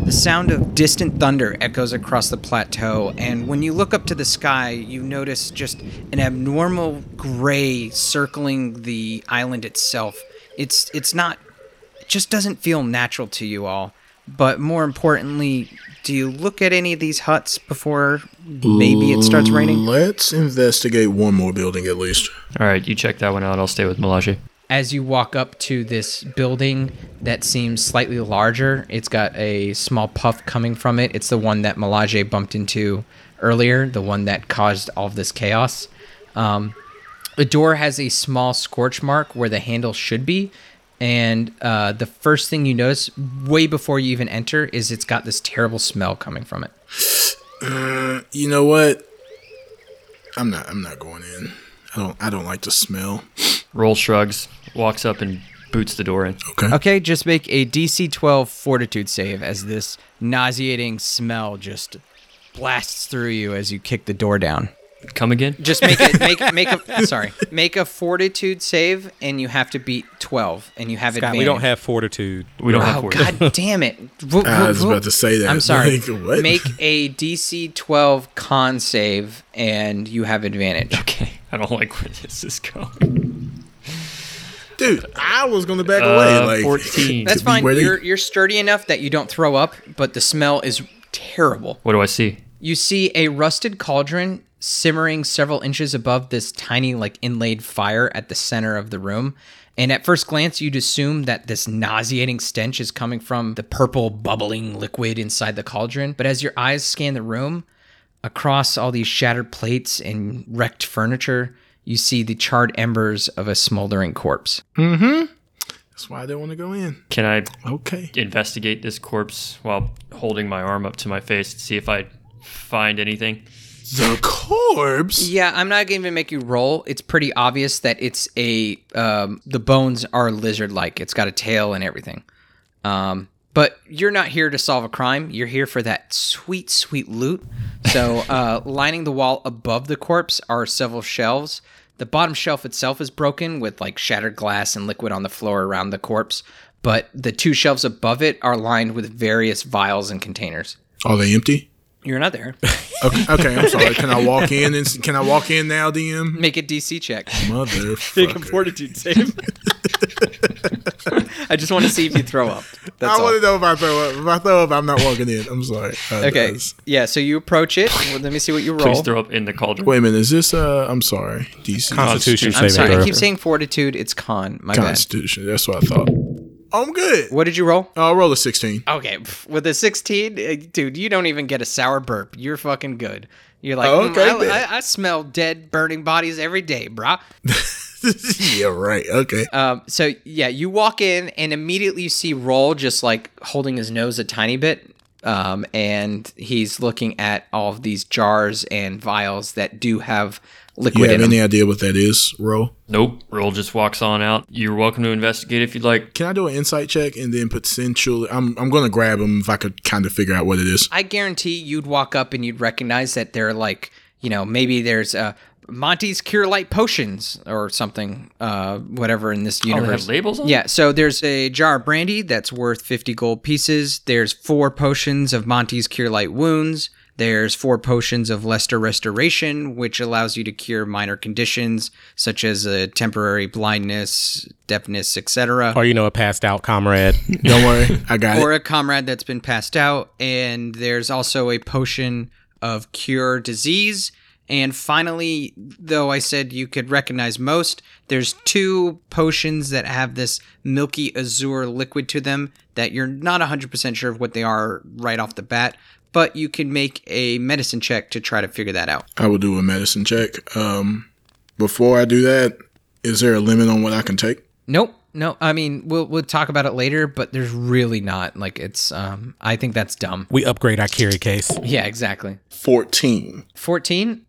S1: The sound of distant thunder echoes across the plateau, and when you look up to the sky, you notice just an abnormal gray circling the island itself. It's it's not it just doesn't feel natural to you all. But more importantly, do you look at any of these huts before maybe it starts raining?
S4: Let's investigate one more building at least.
S3: All right, you check that one out. I'll stay with Malaji.
S1: as you walk up to this building that seems slightly larger, it's got a small puff coming from it. It's the one that Melage bumped into earlier, the one that caused all of this chaos. Um, the door has a small scorch mark where the handle should be. And uh, the first thing you notice, way before you even enter, is it's got this terrible smell coming from it.
S4: You know what? I'm not. I'm not going in. I don't. I don't like the smell.
S3: Roll shrugs, walks up and boots the door in.
S1: Okay, just make a DC 12 fortitude save as this nauseating smell just blasts through you as you kick the door down.
S3: Come again?
S1: Just make it make make a sorry, make a fortitude save and you have to beat 12 and you have
S2: God,
S1: advantage.
S2: we don't have fortitude.
S3: We don't have
S1: Oh
S3: four.
S1: god damn it. Wo-
S4: Ah, I
S1: wo-
S4: was
S1: wo-
S4: about to say that.
S1: I'm sorry.
S4: Like, what?
S1: Make a DC 12 con save and you have advantage.
S3: Okay. I don't like where this is going.
S4: Dude, I was gonna back
S3: Uh,
S4: away. Like
S3: 14.
S1: That's
S4: be
S1: fine.
S4: where they-
S1: You're you're sturdy enough that you don't throw up, but the smell is terrible.
S3: What do I see?
S1: You see a rusted cauldron simmering several inches above this tiny, like inlaid fire at the center of the room. And at first glance, you'd assume that this nauseating stench is coming from the purple, bubbling liquid inside the cauldron. But as your eyes scan the room, across all these shattered plates and wrecked furniture, you see the charred embers of a smoldering corpse.
S4: That's why I didn't want to go in.
S3: Can I
S4: Okay.
S3: investigate this corpse while holding my arm up to my face to see if I find anything?
S4: The corpse.
S1: Yeah, I'm not gonna even make you roll. It's pretty obvious that it's a um, the bones are lizard-like. It's got a tail and everything. Um, but you're not here to solve a crime. You're here for that sweet, sweet loot. So, uh, lining the wall above the corpse are several shelves. The bottom shelf itself is broken with like shattered glass and liquid on the floor around the corpse. But the two shelves above it are lined with various vials and containers.
S4: Are they empty?
S1: You're not there.
S4: Okay, okay, I'm sorry. Can I walk in? And, can I walk in now, DM?
S1: Make a DC check.
S4: Motherfucker.
S1: save. I just want to see if you throw up. That's
S4: I
S1: all.
S4: want to know if I throw up. If I throw up, I'm not walking in. I'm sorry. Uh,
S1: Okay.
S4: that's-
S1: Yeah. So you approach it. Well, let me see what you roll.
S3: Please throw up in the cauldron.
S4: Wait a minute. Is this? Uh, I'm sorry. DC
S2: Constitution
S1: I'm
S2: saving
S1: sorry. I
S2: throw.
S1: keep saying fortitude. It's con. My bad.
S4: Constitution. That's what I thought. I'm good.
S1: What did you roll?
S4: I'll roll a 16.
S1: Okay. pff, With a 16, uh, dude, you don't even get a sour burp. You're fucking good. You're like,
S4: Oh,
S1: "Mm,
S4: okay,
S1: I-
S4: then."
S1: I, I smell dead, burning bodies every day, brah.
S4: yeah, right. Okay.
S1: Um, so yeah, you walk in and immediately you see Roll just like holding his nose a tiny bit, um, and he's looking at all of these jars and vials that do have
S4: You
S1: liquid
S4: have
S1: in them.
S4: any idea what that is, Roll?
S3: Nope. Roll just walks on out. You're welcome to investigate if you'd like.
S4: Can I do an insight check and then potentially? I'm, I'm going to grab him if I could kind of figure out what it is.
S1: I guarantee you'd walk up and you'd recognize that they're like, you know, maybe there's uh, Monty's Cure Light potions or something, uh, whatever in this
S3: Oh, they
S1: universe.
S3: have labels on?
S1: Yeah, so there's a jar of brandy that's worth 50 gold pieces. There's four potions of Monty's Cure Light Wounds. There's four potions of Lester Restoration, which allows you to cure minor conditions such as a temporary blindness, deafness, etc.
S2: Or you know, a passed out comrade.
S4: Don't worry. I got it.
S1: Or a comrade that's been passed out. And there's also a potion of Cure Disease. And finally, though I said you could recognize most, there's two potions that have this milky azure liquid to them that you're not 100% sure of what they are right off the bat, but you can make a medicine check to try to figure that out.
S4: I will do a medicine check. Um, before I do that, is there a limit on what I can take?
S1: Nope. No, I mean we'll we'll talk about it later, but there's really not like it's um I think that's dumb.
S2: we upgrade our carry case.
S1: Yeah, exactly.
S4: 14.
S1: 14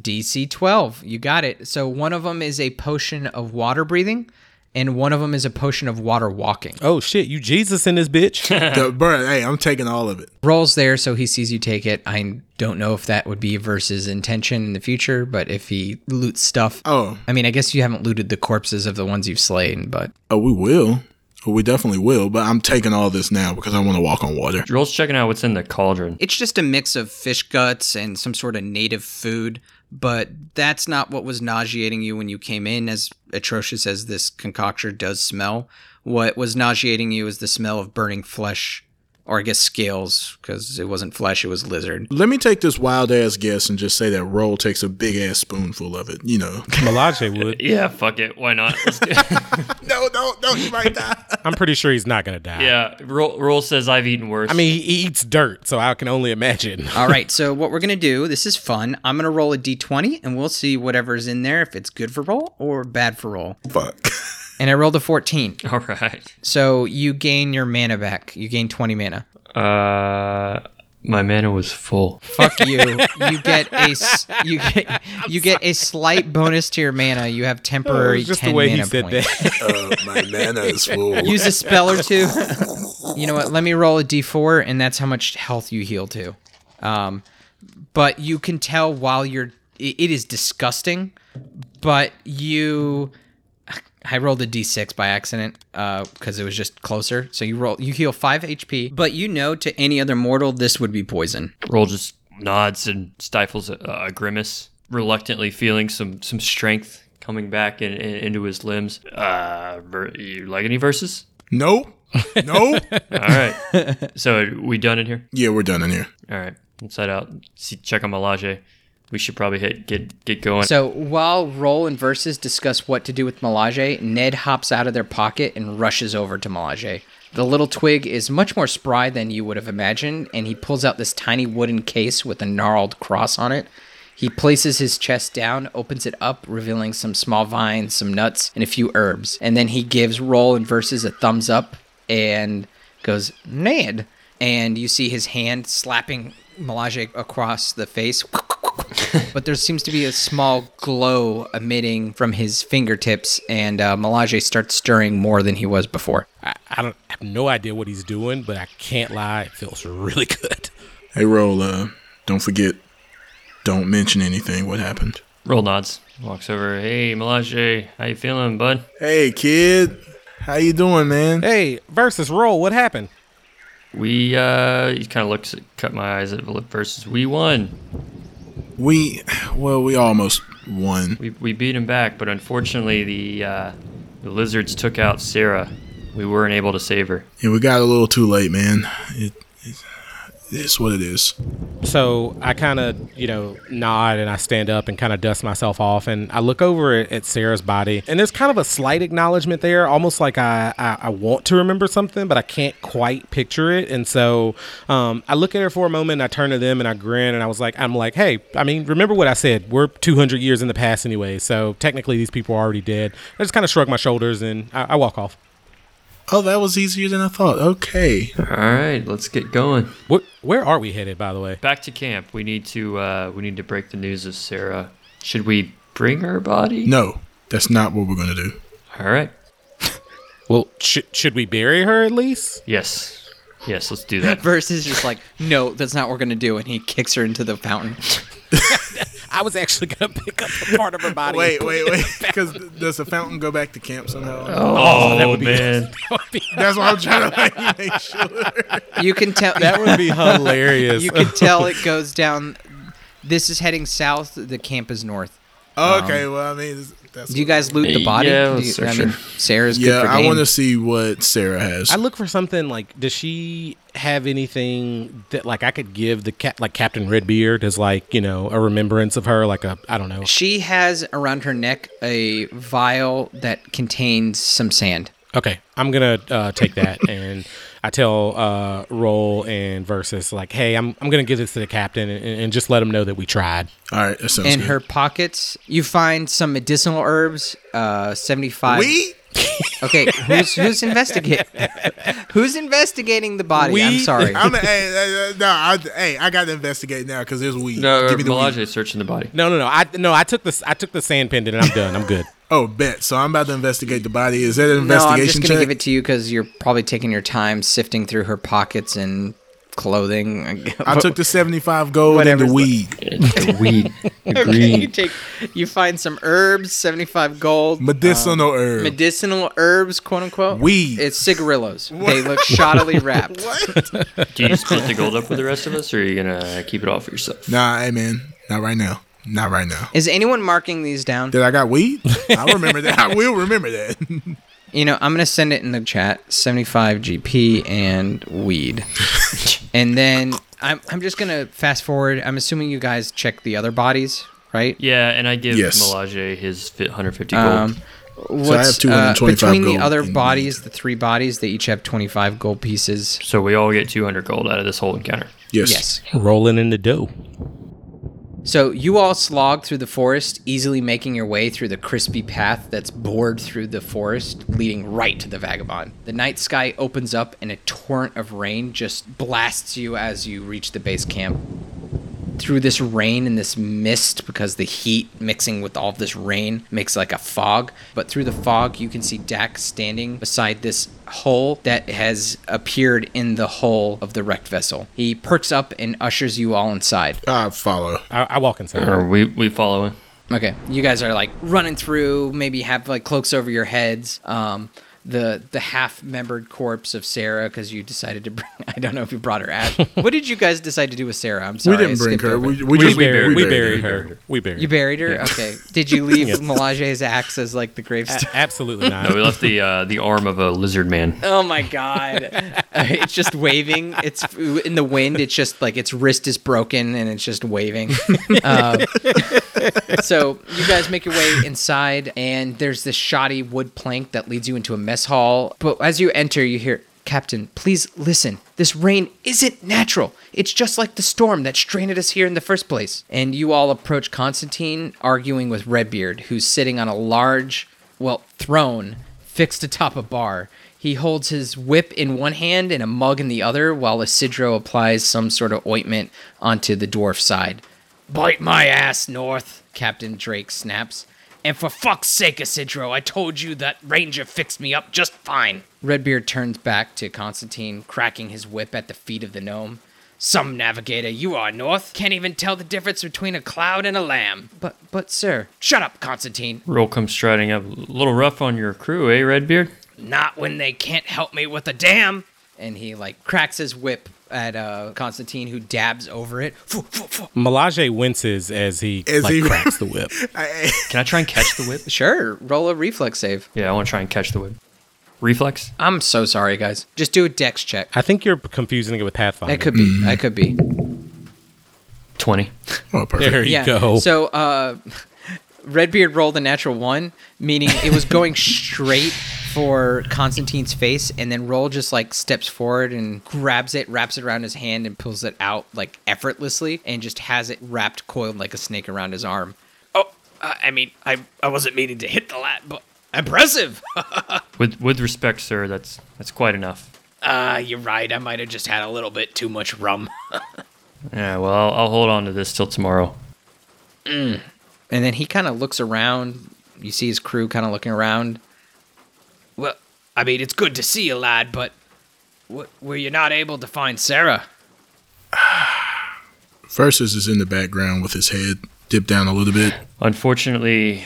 S1: DC 12. You got it. So one of them is a potion of water breathing, and one of them is a potion of water walking.
S2: Oh shit, you Jesus in this bitch.
S4: The- bruh, hey, I'm taking all of it.
S1: Rolls there, so he sees you take it. I don't know if that would be versus intention in the future, but if he loots stuff.
S4: Oh,
S1: I mean, I guess you haven't looted the corpses of the ones you've slain, but
S4: oh, we will. Oh, we definitely will. But I'm taking all this now because I want to walk on water.
S3: Drill's checking out what's in the cauldron.
S1: it's just a mix of fish guts and some sort of native food. But that's not what was nauseating you when you came in, as atrocious as this concoction does smell. What was nauseating you is the smell of burning flesh, or I guess scales, because it wasn't flesh, it was lizard.
S4: Let me take this wild ass guess and just say that Roll takes a big ass spoonful of it. You know.
S2: Malaje would.
S3: Yeah, fuck it. Why not? Let's do it.
S4: no, no, no, you might die.
S2: I'm pretty sure he's not gonna die.
S3: yeah, Roll, Roll says I've eaten worse.
S2: I mean, he eats dirt, so I can only imagine.
S1: All right, so what we're gonna do, this is fun. I'm gonna roll a d20 and we'll see whatever's in there, if it's good for roll or bad for roll.
S4: Fuck.
S1: And I rolled a 14.
S3: all right.
S1: So you gain your mana back. You gain 20 mana.
S3: Uh, my mana was full.
S1: Fuck you. You get a s- you get you get a slight bonus to your mana. You have temporary
S2: It's just
S1: 10
S2: the way
S1: mana
S2: he said
S1: points.
S2: that.
S4: Uh, my mana is full.
S1: Use a spell or two. you know what? Let me roll a d4 and that's how much health you heal to. Um, but you can tell while you're it- it is disgusting, but you I rolled a d6 by accident because it was just closer. So you roll you heal 5 HP, but you know to any other mortal this would be poison.
S3: Roll just nods and stifles a, a grimace, reluctantly feeling some some strength coming back in, in, into his limbs. Uh, ver- you like any verses?
S4: Nope. Nope.
S3: All right. so we done in here.
S4: yeah, we're done in here.
S3: All right. Let's head out. See, check on Malaje. We should probably hit get get going.
S1: So while Roll and Versus discuss what to do with Melage, Ned hops out of their pocket and rushes over to Melage. The little twig is much more spry than you would have imagined, and he pulls out this tiny wooden case with a gnarled cross on it. He places his chest down, opens it up, revealing some small vines, some nuts, and a few herbs. And then he gives Roll and Versus a thumbs up and goes, Ned. And you see his hand slapping Melage across the face. but there seems to be a small glow emitting from his fingertips, and uh, Melage starts stirring more than he was before.
S2: I, I don't I have no idea what he's doing, but I can't lie, it feels really good.
S4: Hey, Roll. Uh, don't forget. Don't mention anything. What happened?
S3: Roll nods. Walks over. Hey, Malaje, how you feeling, bud?
S4: Hey, kid. How you doing, man?
S2: Hey, versus roll, what happened?
S3: We uh, he kind of looks, cut my eyes at versus. We won.
S4: We, well, we almost won.
S3: We we beat him back, but unfortunately the uh, the lizards took out Sarah. We weren't able to save her.
S4: Yeah, we got a little too late, man. It, it, it's what it is.
S2: So I kind of, you know, nod and I stand up and kind of dust myself off and I look over at, at Sarah's body and there's kind of a slight acknowledgement there, almost like I, I, I want to remember something, but I can't quite picture it. And so um, I look at her for a moment and I turn to them and I grin and I was like, I'm like, hey, I mean, remember what I said. We're 200 years in the past anyway. So technically these people are already dead. I just kind of shrug my shoulders and I, I walk off.
S4: Oh, that was easier than I thought. Okay.
S3: All right, let's get going.
S2: What, where are we headed, by the way?
S3: Back to camp. We need to uh, we need to break the news of Sarah. Should we bring her body?
S4: No, that's not what we're gonna do.
S3: All right.
S2: Well, sh- should we bury her at least?
S3: Yes. Yes. Let's do that.
S1: Versus just like, no, that's not what we're gonna do, and he kicks her into the fountain.
S2: I was actually gonna pick up the part of her body.
S4: Wait, wait, wait. Because does the fountain go back to camp somehow?
S3: Oh, man.
S4: That's why I'm trying to like, make sure.
S1: You can tell
S2: That would be hilarious.
S1: you can tell it goes down. This is heading south. The camp is north.
S4: Okay,
S2: Um,
S4: well, I mean, it's- that's.
S1: Do you guys loot the body?
S3: Yeah,
S1: Do you-
S3: sure,
S1: I mean,
S3: sure.
S1: Sarah's good
S4: yeah,
S1: for
S4: I
S1: game.
S4: want to see what Sarah has.
S2: I look for something like. Does she have anything that like I could give the cat like Captain Redbeard as like you know a remembrance of her like a I don't know.
S1: She has around her neck a vial that contains some sand.
S2: Okay, I'm gonna uh, take that and I tell uh, Roll and Versus like, hey, I'm I'm gonna give this to the captain and, and just let him know that we tried.
S4: All right, that sounds
S1: In
S4: good.
S1: her pockets, you find some medicinal herbs, uh, 75
S4: Weed?
S1: Okay, who's who's investigating? who's investigating the body? I'm
S2: We-
S1: sorry.
S4: I'm hey, uh, uh, no, I, hey, I got to investigate now because there's weed.
S3: No,
S4: Give me the weed.
S3: Melage is searching the body.
S2: No, no, no. I no. I took this. I took the sand pendant, and I'm done. I'm good.
S4: Oh, bet. So I'm about to investigate the body. Is that an
S1: no, I'm just
S4: investigation
S1: gonna
S4: check?
S1: give it to you because you're probably taking your time sifting through her pockets and clothing.
S4: I took the 75 gold and
S1: Whatever's
S4: the weed.
S5: The weed. The
S1: Okay, you
S5: green.
S1: take, you find some herbs, seventy-five gold,
S4: Medicinal
S1: Um,
S4: herb.
S1: medicinal herbs, quote unquote.
S4: Weed.
S1: It's cigarillos. They look shoddily wrapped.
S3: Do you split the gold up with the rest of us, or are you gonna keep it all for yourself?
S4: nah, hey, man. Not right now. Not right now.
S1: Is anyone marking these down?
S4: That I got weed? I remember that. I will remember that.
S1: You know, I'm gonna send it in the chat. 75 GP and weed, and then I'm I'm just gonna fast forward. I'm assuming you guys check the other bodies, right?
S3: Yeah, and I give
S4: Yes.
S3: Melage his fi- 150 gold.
S1: Um, what's,
S4: 225
S1: between the
S4: gold
S1: other
S4: in
S1: bodies, the three bodies, they each have 25 gold pieces.
S3: so we all get 200 gold out of this whole encounter.
S4: Yes.
S1: Yes.
S2: Rolling in the dough.
S1: So you all slog through the forest, easily making your way through the crispy path that's bored through the forest, leading right to the vagabond. The night sky opens up and a torrent of rain just blasts you as you reach the base camp. Through this rain and this mist, because the heat mixing with all of this rain makes like a fog. But through the fog, you can see Dak standing beside this hole that has appeared in the hull of the wrecked vessel. He perks up and ushers you all inside.
S4: I follow.
S2: I, I walk inside.
S3: Or we we follow him.
S1: Okay, you guys are like running through. Maybe have like cloaks over your heads. Um, the the half-membered corpse of Sarah because you decided to bring. I don't know if you brought her out. what did you guys decide to do with Sarah? I'm
S4: We
S1: sorry,
S4: didn't
S1: I
S4: bring
S1: skipped
S4: her.
S1: over.
S4: We, we, just,
S2: we buried, we buried
S3: her.
S2: her. We buried.
S1: you
S2: her.
S1: buried her. Okay. Did you leave Melage's axe as like the
S2: A-
S1: gravestone?
S2: absolutely not.
S3: No, we left the uh, the arm of a lizard man.
S1: Oh my god! Uh, it's just waving. It's in the wind. It's just like its wrist is broken and it's just waving. Uh, so you guys make your way inside, and there's this shoddy wood plank that leads you into a mess hall. But as you enter, you hear. Captain, please listen. This rain isn't natural. It's just like the storm that stranded us here in the first place. And you all approach Constantine, arguing with Redbeard, who's sitting on a large, well, throne fixed atop a bar. He holds his whip in one hand and a mug in the other while Isidro applies some sort of ointment onto the dwarf's side. Bite my ass, North, Captain Drake snaps. And for fuck's sake, Isidro, I told you that Ranger fixed me up just fine. Redbeard turns back to Constantine, cracking his whip at the feet of the gnome. Some navigator you are, North. Can't even tell the difference between a cloud and a lamb. But, but, sir. Shut up, Constantine.
S3: Roll comes striding up. A little rough on your crew, eh, Redbeard?
S1: Not when they can't help me with a damn. And he like cracks his whip at uh, Constantine, who dabs over it. Foo, foo, foo.
S2: Melage winces as he
S4: As
S2: like
S4: he-
S2: cracks the whip.
S3: Can I try and catch the whip?
S1: Sure, roll a reflex save.
S3: Yeah, I want to try and catch the whip. Reflex?
S1: I'm so sorry, guys. Just do a dex check.
S2: I think you're confusing it with Pathfinder.
S1: That could be. That could be.
S3: 20.
S4: oh, perfect.
S2: there you go.
S1: So, uh, Redbeard rolled a natural one, meaning it was going straight for Constantine's face, and then Roll just like steps forward and grabs it, wraps it around his hand, and pulls it out like effortlessly, and just has it wrapped, coiled like a snake around his arm.
S8: Oh, uh, I mean, I, I wasn't meaning to hit the lad, but impressive.
S3: With with respect, sir, that's that's quite enough.
S8: Uh, you're right. I might have just had a little bit too much rum.
S3: Yeah, well, I'll, I'll hold on to this till tomorrow.
S1: And then he kind of looks around. You see his crew kind of looking around.
S8: Well, I mean, it's good to see you, lad, but w- were you not able to find Sarah?
S4: Versus is in the background with his head dipped down a little bit.
S3: Unfortunately,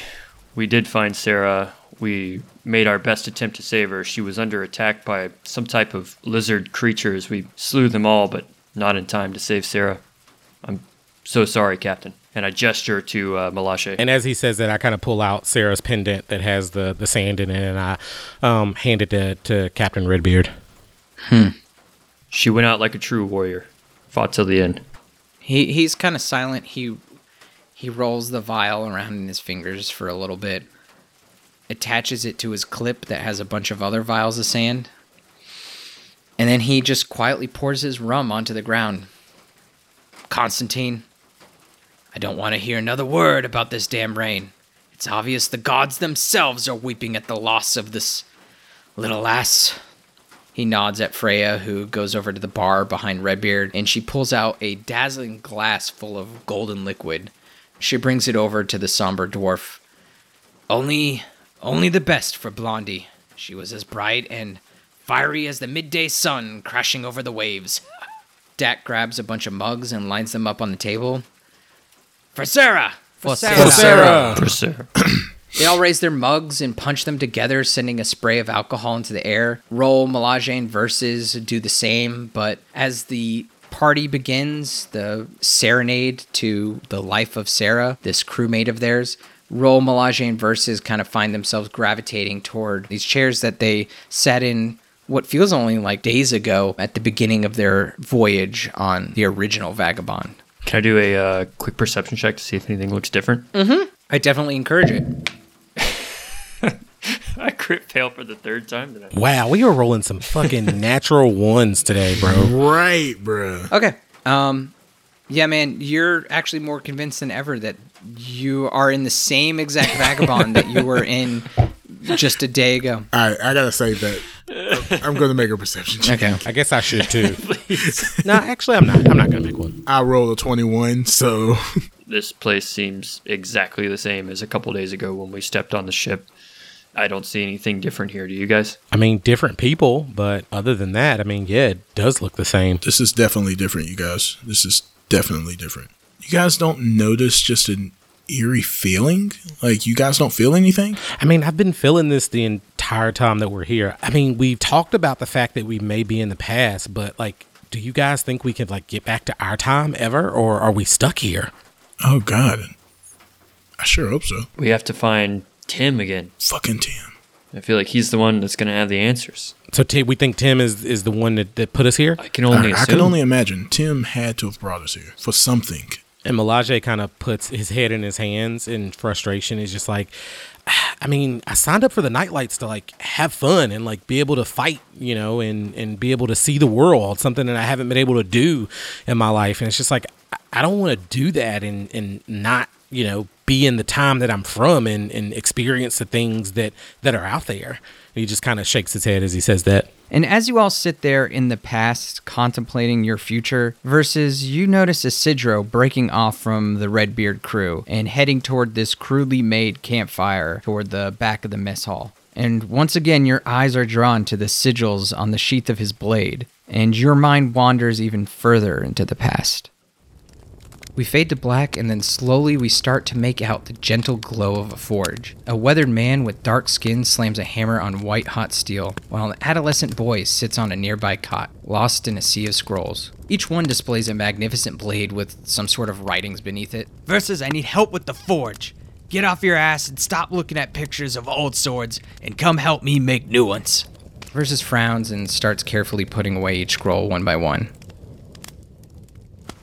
S3: we did find Sarah. We made our best attempt to save her. She was under attack by some type of lizard creatures. We slew them all, but not in time to save Sarah. I'm so sorry, Captain. And I gesture to uh, Malache.
S2: And as he says that, I kind of pull out Sarah's pendant that has the, the sand in it, and I um, hand it to, to Captain Redbeard.
S3: She went out like a true warrior, fought till the end.
S1: He he's kind of silent. He he rolls the vial around in his fingers for a little bit. Attaches it to his clip that has a bunch of other vials of sand. And then he just quietly pours his rum onto the ground. Constantine, I don't want to hear another word about this damn rain. It's obvious the gods themselves are weeping at the loss of this little ass. He nods at Freya, who goes over to the bar behind Redbeard, and she pulls out a dazzling glass full of golden liquid. She brings it over to the somber dwarf. Only, only the best for Blondie. She was as bright and fiery as the midday sun crashing over the waves. Dak grabs a bunch of mugs and lines them up on the table. For Sarah! For Sarah! They all raise their mugs and punch them together, sending a spray of alcohol into the air. Roll, Melagane verses do the same, but as the party begins, the serenade to the life of Sarah, this crewmate of theirs, Roll, Melagane verses kind of find themselves gravitating toward these chairs that they sat in what feels only like days ago at the beginning of their voyage on the original Vagabond.
S3: Can I do a uh, quick perception check to see if anything looks different?
S1: I definitely encourage it.
S3: I crit fail for the third time tonight.
S2: Wow, we are rolling some fucking natural ones today, bro.
S4: Right, bruh.
S1: Okay. Um, yeah, man, you're actually more convinced than ever that you are in the same exact vagabond that you were in just a day ago.
S4: All right, I gotta say that I'm- I'm gonna make a perception check.
S1: Okay.
S2: I guess I should too. no, actually, I'm not. I'm not gonna make one.
S4: I roll a 21, so
S3: This place seems exactly the same as a couple days ago when we stepped on the ship. I don't see anything different here. Do you guys?
S2: I mean, different people, but other than that, I mean, yeah, it does look the same.
S4: this is definitely different, you guys. This is definitely different. You guys don't notice just an eerie feeling? Like you guys don't feel anything?
S2: I mean, I've been feeling this the entire time that we're here. I mean, we've talked about the fact that we may be in the past, but like, do you guys think we can like get back to our time ever, or are we stuck here?
S4: Oh god. I sure hope so.
S3: We have to find Tim again.
S4: Fucking Tim.
S3: I feel like he's the one that's going to have the answers.
S2: So Tim, we think Tim is is the one that, that put us here,
S3: I can only
S4: I, I
S3: assume.
S4: can only imagine Tim had to have brought us here for something.
S2: and Melage kind of puts his head in his hands in frustration. Is just like, I mean, I signed up for the nightlights to like have fun and like be able to fight, you know, and and be able to see the world, something that I haven't been able to do in my life. And it's just like I- I don't want to do that and and not, you know, be in the time that I'm from and and experience the things that that are out there. And he just kind of shakes his head as he says that.
S10: And as you all sit there in the past contemplating your future, versus you notice Isidro breaking off from the Redbeard crew and heading toward this crudely made campfire toward the back of the mess hall. And once again, your eyes are drawn to the sigils on the sheath of his blade, and your mind wanders even further into the past. We fade to black, and then slowly we start to make out the gentle glow of a forge. A weathered man with dark skin slams a hammer on white hot steel, while an adolescent boy sits on a nearby cot, lost in a sea of scrolls. Each one displays a magnificent blade with some sort of writings beneath it.
S1: Versus, I need help with the forge. Get off your ass and stop looking at pictures of old swords and come help me make new ones.
S10: Versus frowns and starts carefully putting away each scroll one by one.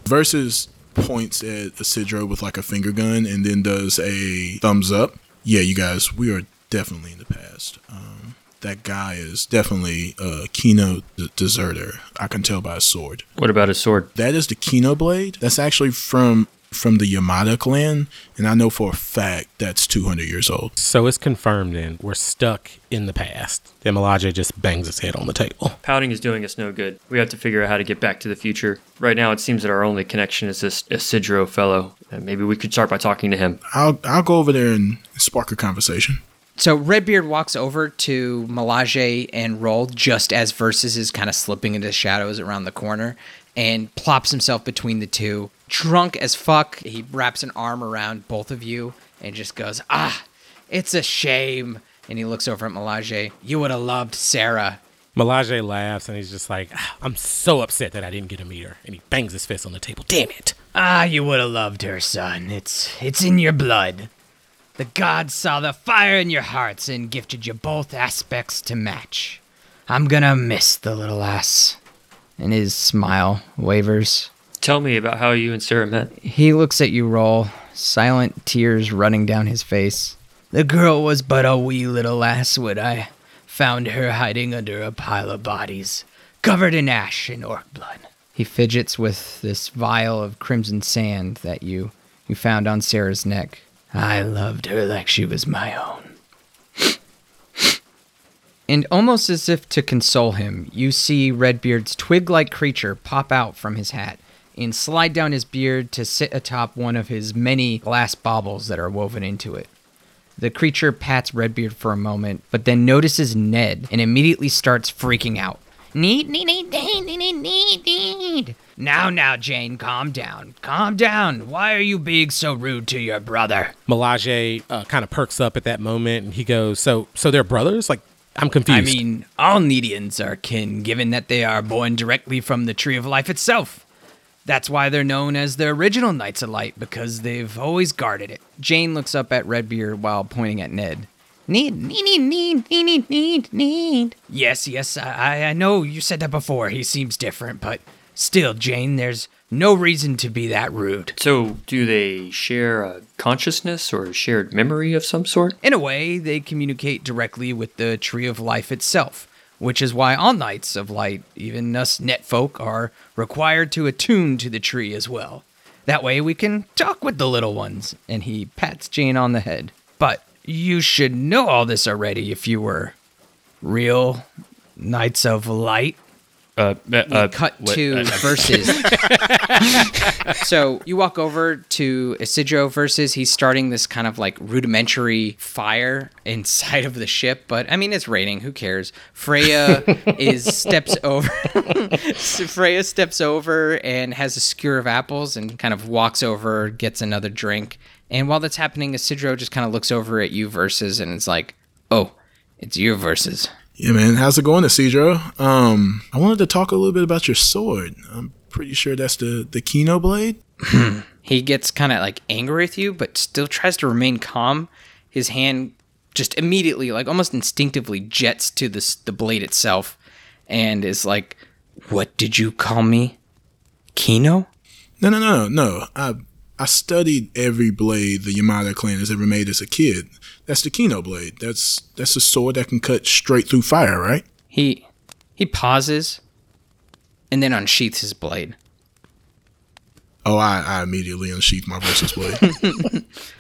S4: Versus points at Isidro with like a finger gun and then does a thumbs up. Yeah, you guys, we are definitely in the past. Um, that guy is definitely a Kino d- deserter. I can tell by his sword.
S3: What about his sword?
S4: That is the Kino blade. That's actually from from the Yamada clan, and I know for a fact that's 200 years old.
S2: So it's confirmed then. We're stuck in the past. Then Melage just bangs his head on the table.
S3: Pouting is doing us no good. We have to figure out how to get back to the future. Right now, it seems that our only connection is this Isidro fellow. Uh, Maybe we could start by talking to him.
S4: I'll I'll go over there and spark a conversation.
S1: So Redbeard walks over to Melage and Roll just as Versus is kind of slipping into the shadows around the corner and plops himself between the two. Drunk as fuck, he wraps an arm around both of you and just goes, Ah, it's a shame. And he looks over at Melage. You would have loved Sarah.
S2: Melage laughs and he's just like, "Ah, I'm so upset that I didn't get a meter. And he bangs his fist on the table. Damn it.
S1: Ah, you would have loved her, son. It's it's in your blood. The gods saw the fire in your hearts and gifted you both aspects to match. I'm gonna miss the little ass.
S10: And his smile wavers.
S3: Tell me about how you and Sarah met.
S10: He looks at you, Roll, silent tears running down his face.
S1: The girl was but a wee little ass when I found her hiding under a pile of bodies, covered in ash and orc blood.
S10: He fidgets with this vial of crimson sand that you you found on Sarah's neck.
S8: I loved her like she was my own.
S1: And almost as if to console him, you see Redbeard's twig like creature pop out from his hat and slide down his beard to sit atop one of his many glass baubles that are woven into it. The creature pats Redbeard for a moment, but then notices Ned and immediately starts freaking out. Need, need, need, need, need, need, need, need. Now, now, Jane, calm down. Calm down. Why are you being so rude to your brother?
S2: Melage uh, kind of perks up at that moment and he goes, "So, so they're brothers? Like, I'm
S8: I
S2: confused."
S8: mean, all Nidians are kin, given that they are born directly from the Tree of Life itself. That's why they're known as the original Knights of Light, because they've always guarded it.
S1: Jane looks up at Redbeard while pointing at Ned. Need, need, need, need, need, need, need, need.
S8: Yes, yes, I, I- I know you said that before. He seems different, but still, Jane, there's no reason to be that rude.
S3: So, do they share a consciousness or a shared memory of some sort?
S1: In a way, they communicate directly with the Tree of Life itself, which is why all Knights of Light, even us netfolk, are required to attune to the tree as well. That way we can talk with the little ones. And he pats Jane on the head.
S8: But you should know all this already if you were real Knights of Light.
S3: Uh, uh, uh,
S1: cut
S3: what-
S1: to
S3: uh,
S1: verses. so you walk over to Isidro versus he's starting this kind of like rudimentary fire inside of the ship, but I mean it's raining, who cares? Freya is steps over Freya steps over and has a skewer of apples and kind of walks over, gets another drink. And while that's happening, Isidro just kind of looks over at you versus and it's like, "Oh, it's you versus."
S4: Yeah, man. How's it going, Isidro? Um, I wanted to talk a little bit about your sword. I'm pretty sure that's the the Kino blade.
S1: He gets kind of like angry with you, but still tries to remain calm. His hand just immediately, like almost instinctively, jets to this the blade itself, and is like, "What did you call me, Kino?"
S4: No, no, no, no. I I studied every blade the Yamada clan has ever made as a kid. That's the Kino blade. That's that's a sword that can cut straight through fire, right?
S1: He he pauses, and then unsheaths his blade.
S4: Oh, I, I immediately unsheathed my versus blade.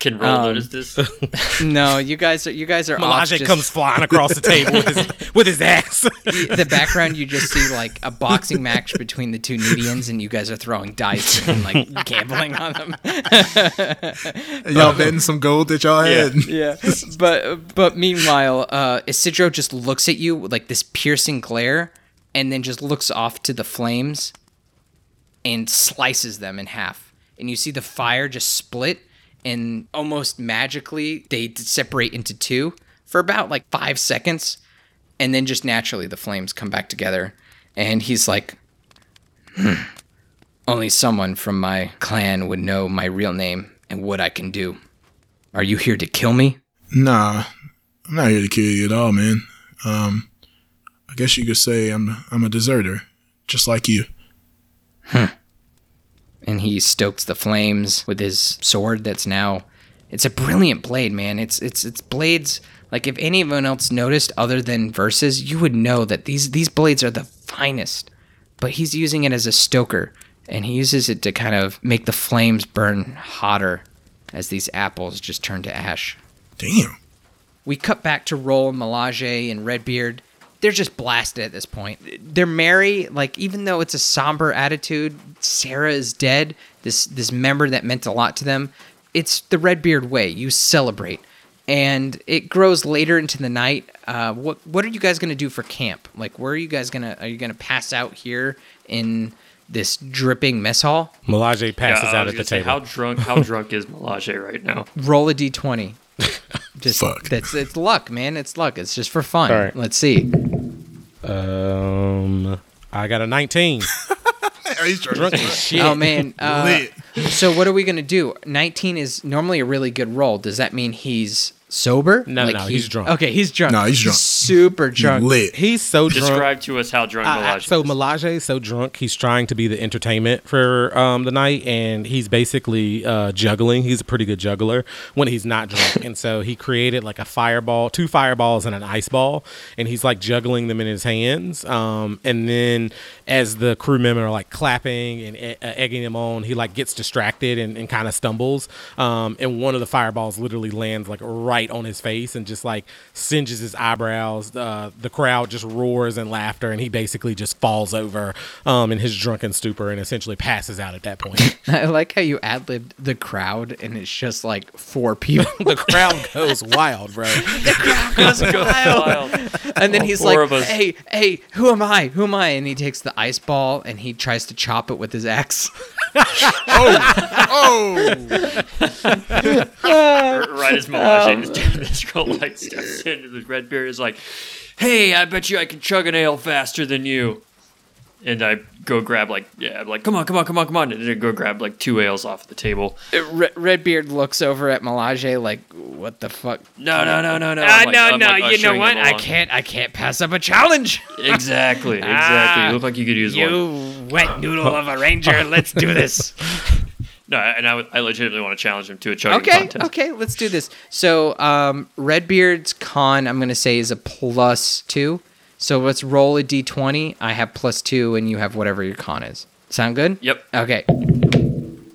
S3: Can Roll notice this?
S1: No, you guys are you guys are off
S2: Melage
S1: just-
S2: comes flying across the table with his, with his axe.
S1: the background you just see like a boxing match between the two Nidians, and you guys are throwing dice and like gambling on them.
S4: y'all betting some gold that y'all had.
S1: yeah. But but meanwhile, uh, Isidro just looks at you with like this piercing glare, and then just looks off to the flames, and slices them in half. And you see the fire just split, and almost magically they d- separate into two for about like five seconds, and then just naturally the flames come back together. And he's like, "Hmm. "Only someone from my clan would know my real name and what I can do." Are you here to kill me?
S4: Nah, I'm not here to kill you at all, man. Um, I guess you could say I'm I'm a deserter, just like you.
S1: And he stokes the flames with his sword that's now it's a brilliant blade, man. It's it's it's blades like if anyone else noticed other than verses, you would know that these these blades are the finest. But he's using it as a stoker and he uses it to kind of make the flames burn hotter as these apples just turn to ash.
S4: Damn.
S1: We cut back to Roll, Melage, and Redbeard. They're just blasted at this point. They're merry, like even though it's a somber attitude. Sarah is dead. This this member that meant a lot to them. It's the Redbeard way. You celebrate, and it grows later into the night. Uh, what what are you guys gonna do for camp? Like, where are you guys gonna? Are you gonna pass out here in this dripping mess hall?
S2: Melage
S3: Yeah,
S2: passes
S3: I
S2: out
S3: was
S2: at the
S3: gonna say,
S2: table.
S3: How drunk? How drunk is Melage right now?
S1: Roll a d twenty. Just
S4: Fuck.
S1: that's it's luck, man. It's luck. It's just for fun.
S2: All right.
S1: Let's see.
S2: um, I got a 19. Drunk as shit.
S1: Oh man.
S4: Uh,
S1: Uh, so what are we gonna do? Nineteen is normally a really good roll. Does that mean he's
S11: Sober?
S2: No, no, he's drunk.
S11: Okay, he's drunk.
S4: No, he's drunk.
S11: Super drunk.
S4: Lit.
S2: He's so drunk.
S3: Describe to us how drunk
S1: Ah,
S2: I- I-
S3: Melage
S2: Ah, so
S3: is.
S2: Melage is so drunk, he's trying to be the entertainment for um, the night, and he's basically uh, juggling. He's a pretty good juggler when he's not drunk, and so he created like a fireball, two fireballs and an ice ball, and he's like juggling them in his hands. Um, and then as the crew member are like clapping and e- uh, egging him on, he like gets distracted and, and kind of stumbles, um, and one of the fireballs literally lands like right on his face and just like singes his eyebrows. Uh, the crowd just roars in laughter, and he basically just falls over um, in his drunken stupor and essentially passes out at that point.
S1: I like how you ad libbed the crowd, and it's just like four people.
S2: the crowd goes wild, bro.
S1: and then
S3: All
S1: he's
S3: four
S1: like,
S3: of us.
S1: "Hey, hey, who am I? Who am I?" And he takes the ice ball and he tries to chop it with his axe.
S3: right as Melage is
S1: um,
S3: doing this girl like steps in, the red beard is like, "Hey, I bet you I can chug an ale faster than you." And I go grab like, yeah, I'm like, come on, come on, come on, come on, and then I go grab like two ales off the table.
S1: Re- Redbeard looks over at Melage like, "What the fuck?
S3: No, no, no, no, no.
S1: Ah,
S3: I'm like-
S1: no,
S3: I'm,
S1: no.
S3: like,
S1: you know
S3: ushering
S1: what?
S3: him
S1: I
S3: along.
S1: can't. I can't pass up a challenge.
S3: Exactly, exactly.
S1: Ah,
S3: you look like you could use one.
S1: you wet noodle of a ranger. Let's do this.
S3: No, and I, I legitimately want to challenge him to a chugging
S1: okay,
S3: contest.
S1: okay. Let's do this. So, um, Redbeard's con, I'm gonna say, is a plus two. So let's roll a d20. I have plus two, and you have whatever your con is. Sound good?
S3: Yep.
S1: Okay.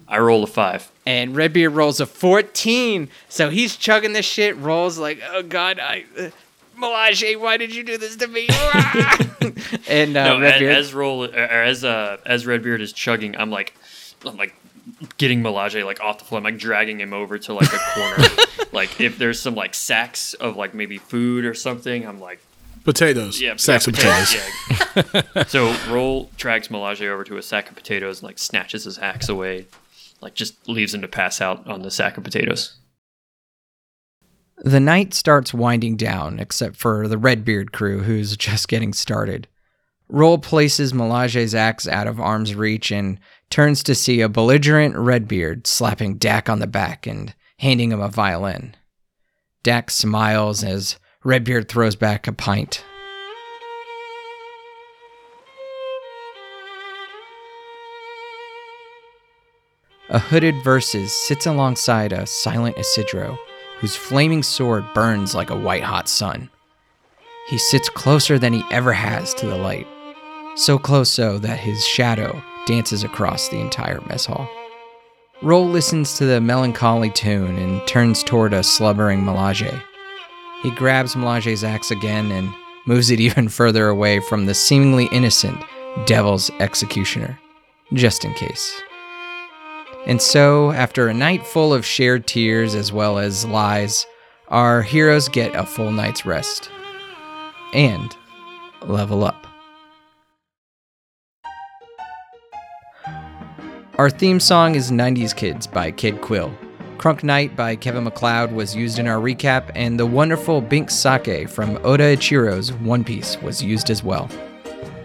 S3: I roll a five.
S1: And Redbeard rolls a 14. So he's chugging this shit, rolls like, oh God, I. Uh, Melage, why did you do this to me? and uh,
S3: No, as,
S1: Redbeard.
S3: as roll or as uh as Redbeard is chugging, I'm like, I'm like getting Melage like off the floor. I'm like dragging him over to like a corner. like if there's some like sacks of like maybe food or something, I'm like,
S4: Potatoes.
S3: yeah,
S4: Sacks
S3: yeah,
S4: of potatoes.
S3: yeah. so roll drags Melage over to a sack of potatoes and like snatches his axe away, like just leaves him to pass out on the sack of potatoes.
S1: The night starts winding down, except for the Redbeard crew, who's just getting started. Roll places Melage's axe out of arm's reach and turns to see a belligerent Redbeard slapping Dak on the back and handing him a violin. Dak smiles as Redbeard throws back a pint. A hooded Versus sits alongside a silent Isidro, whose flaming sword burns like a white hot sun. He sits closer than he ever has to the light, so close so that his shadow dances across the entire mess hall. Roll listens to the melancholy tune and turns toward a slumbering Melage. He grabs Melage's axe again and moves it even further away from the seemingly innocent devil's executioner, just in case. And so, after a night full of shared tears as well as lies, our heroes get a full night's rest and level up. Our theme song is 90s Kids by Kid Quill. Crunk Night by Kevin McLeod was used in our recap, and the wonderful Bink Sake from Oda Ichiro's One Piece was used as well.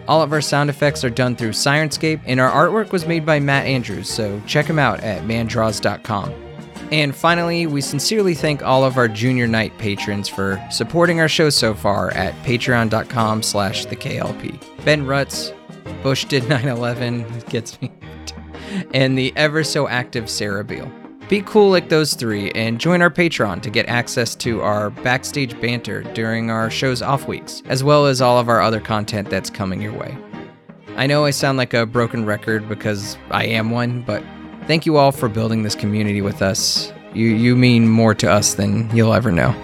S1: All of our sound effects are done through Sirenscape, and our artwork was made by Matt Andrews, so check him out at mandraws.com. And finally, we sincerely thank all of our Junior Night patrons for supporting our show so far at patreon.com slash the KLP. Ben Rutz, Bush did 9-11, gets me, and the ever so active Sarah Beal. Be cool like those three and join our Patreon to get access to our backstage banter during our show's off weeks, as well as all of our other content that's coming your way. I know I sound like a broken record because I am one, but thank you all for building this community with us. You, you mean more to us than you'll ever know.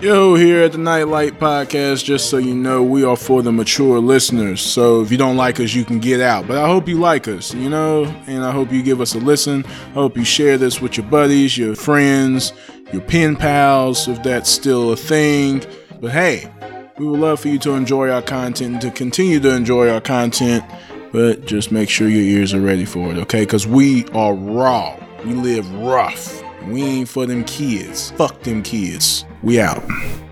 S4: Yo, here at the Nightlight Podcast, just so you know, we are for the mature listeners. So if you don't like us, you can get out. But I hope you like us, you know, and I hope you give us a listen. I hope you share this with your buddies, your friends, your pen pals, if that's still a thing. But hey, we would love for you to enjoy our content and to continue to enjoy our content. But just make sure your ears are ready for it, okay? Because we are raw. We live rough. We ain't for them kids. Fuck them kids. We out.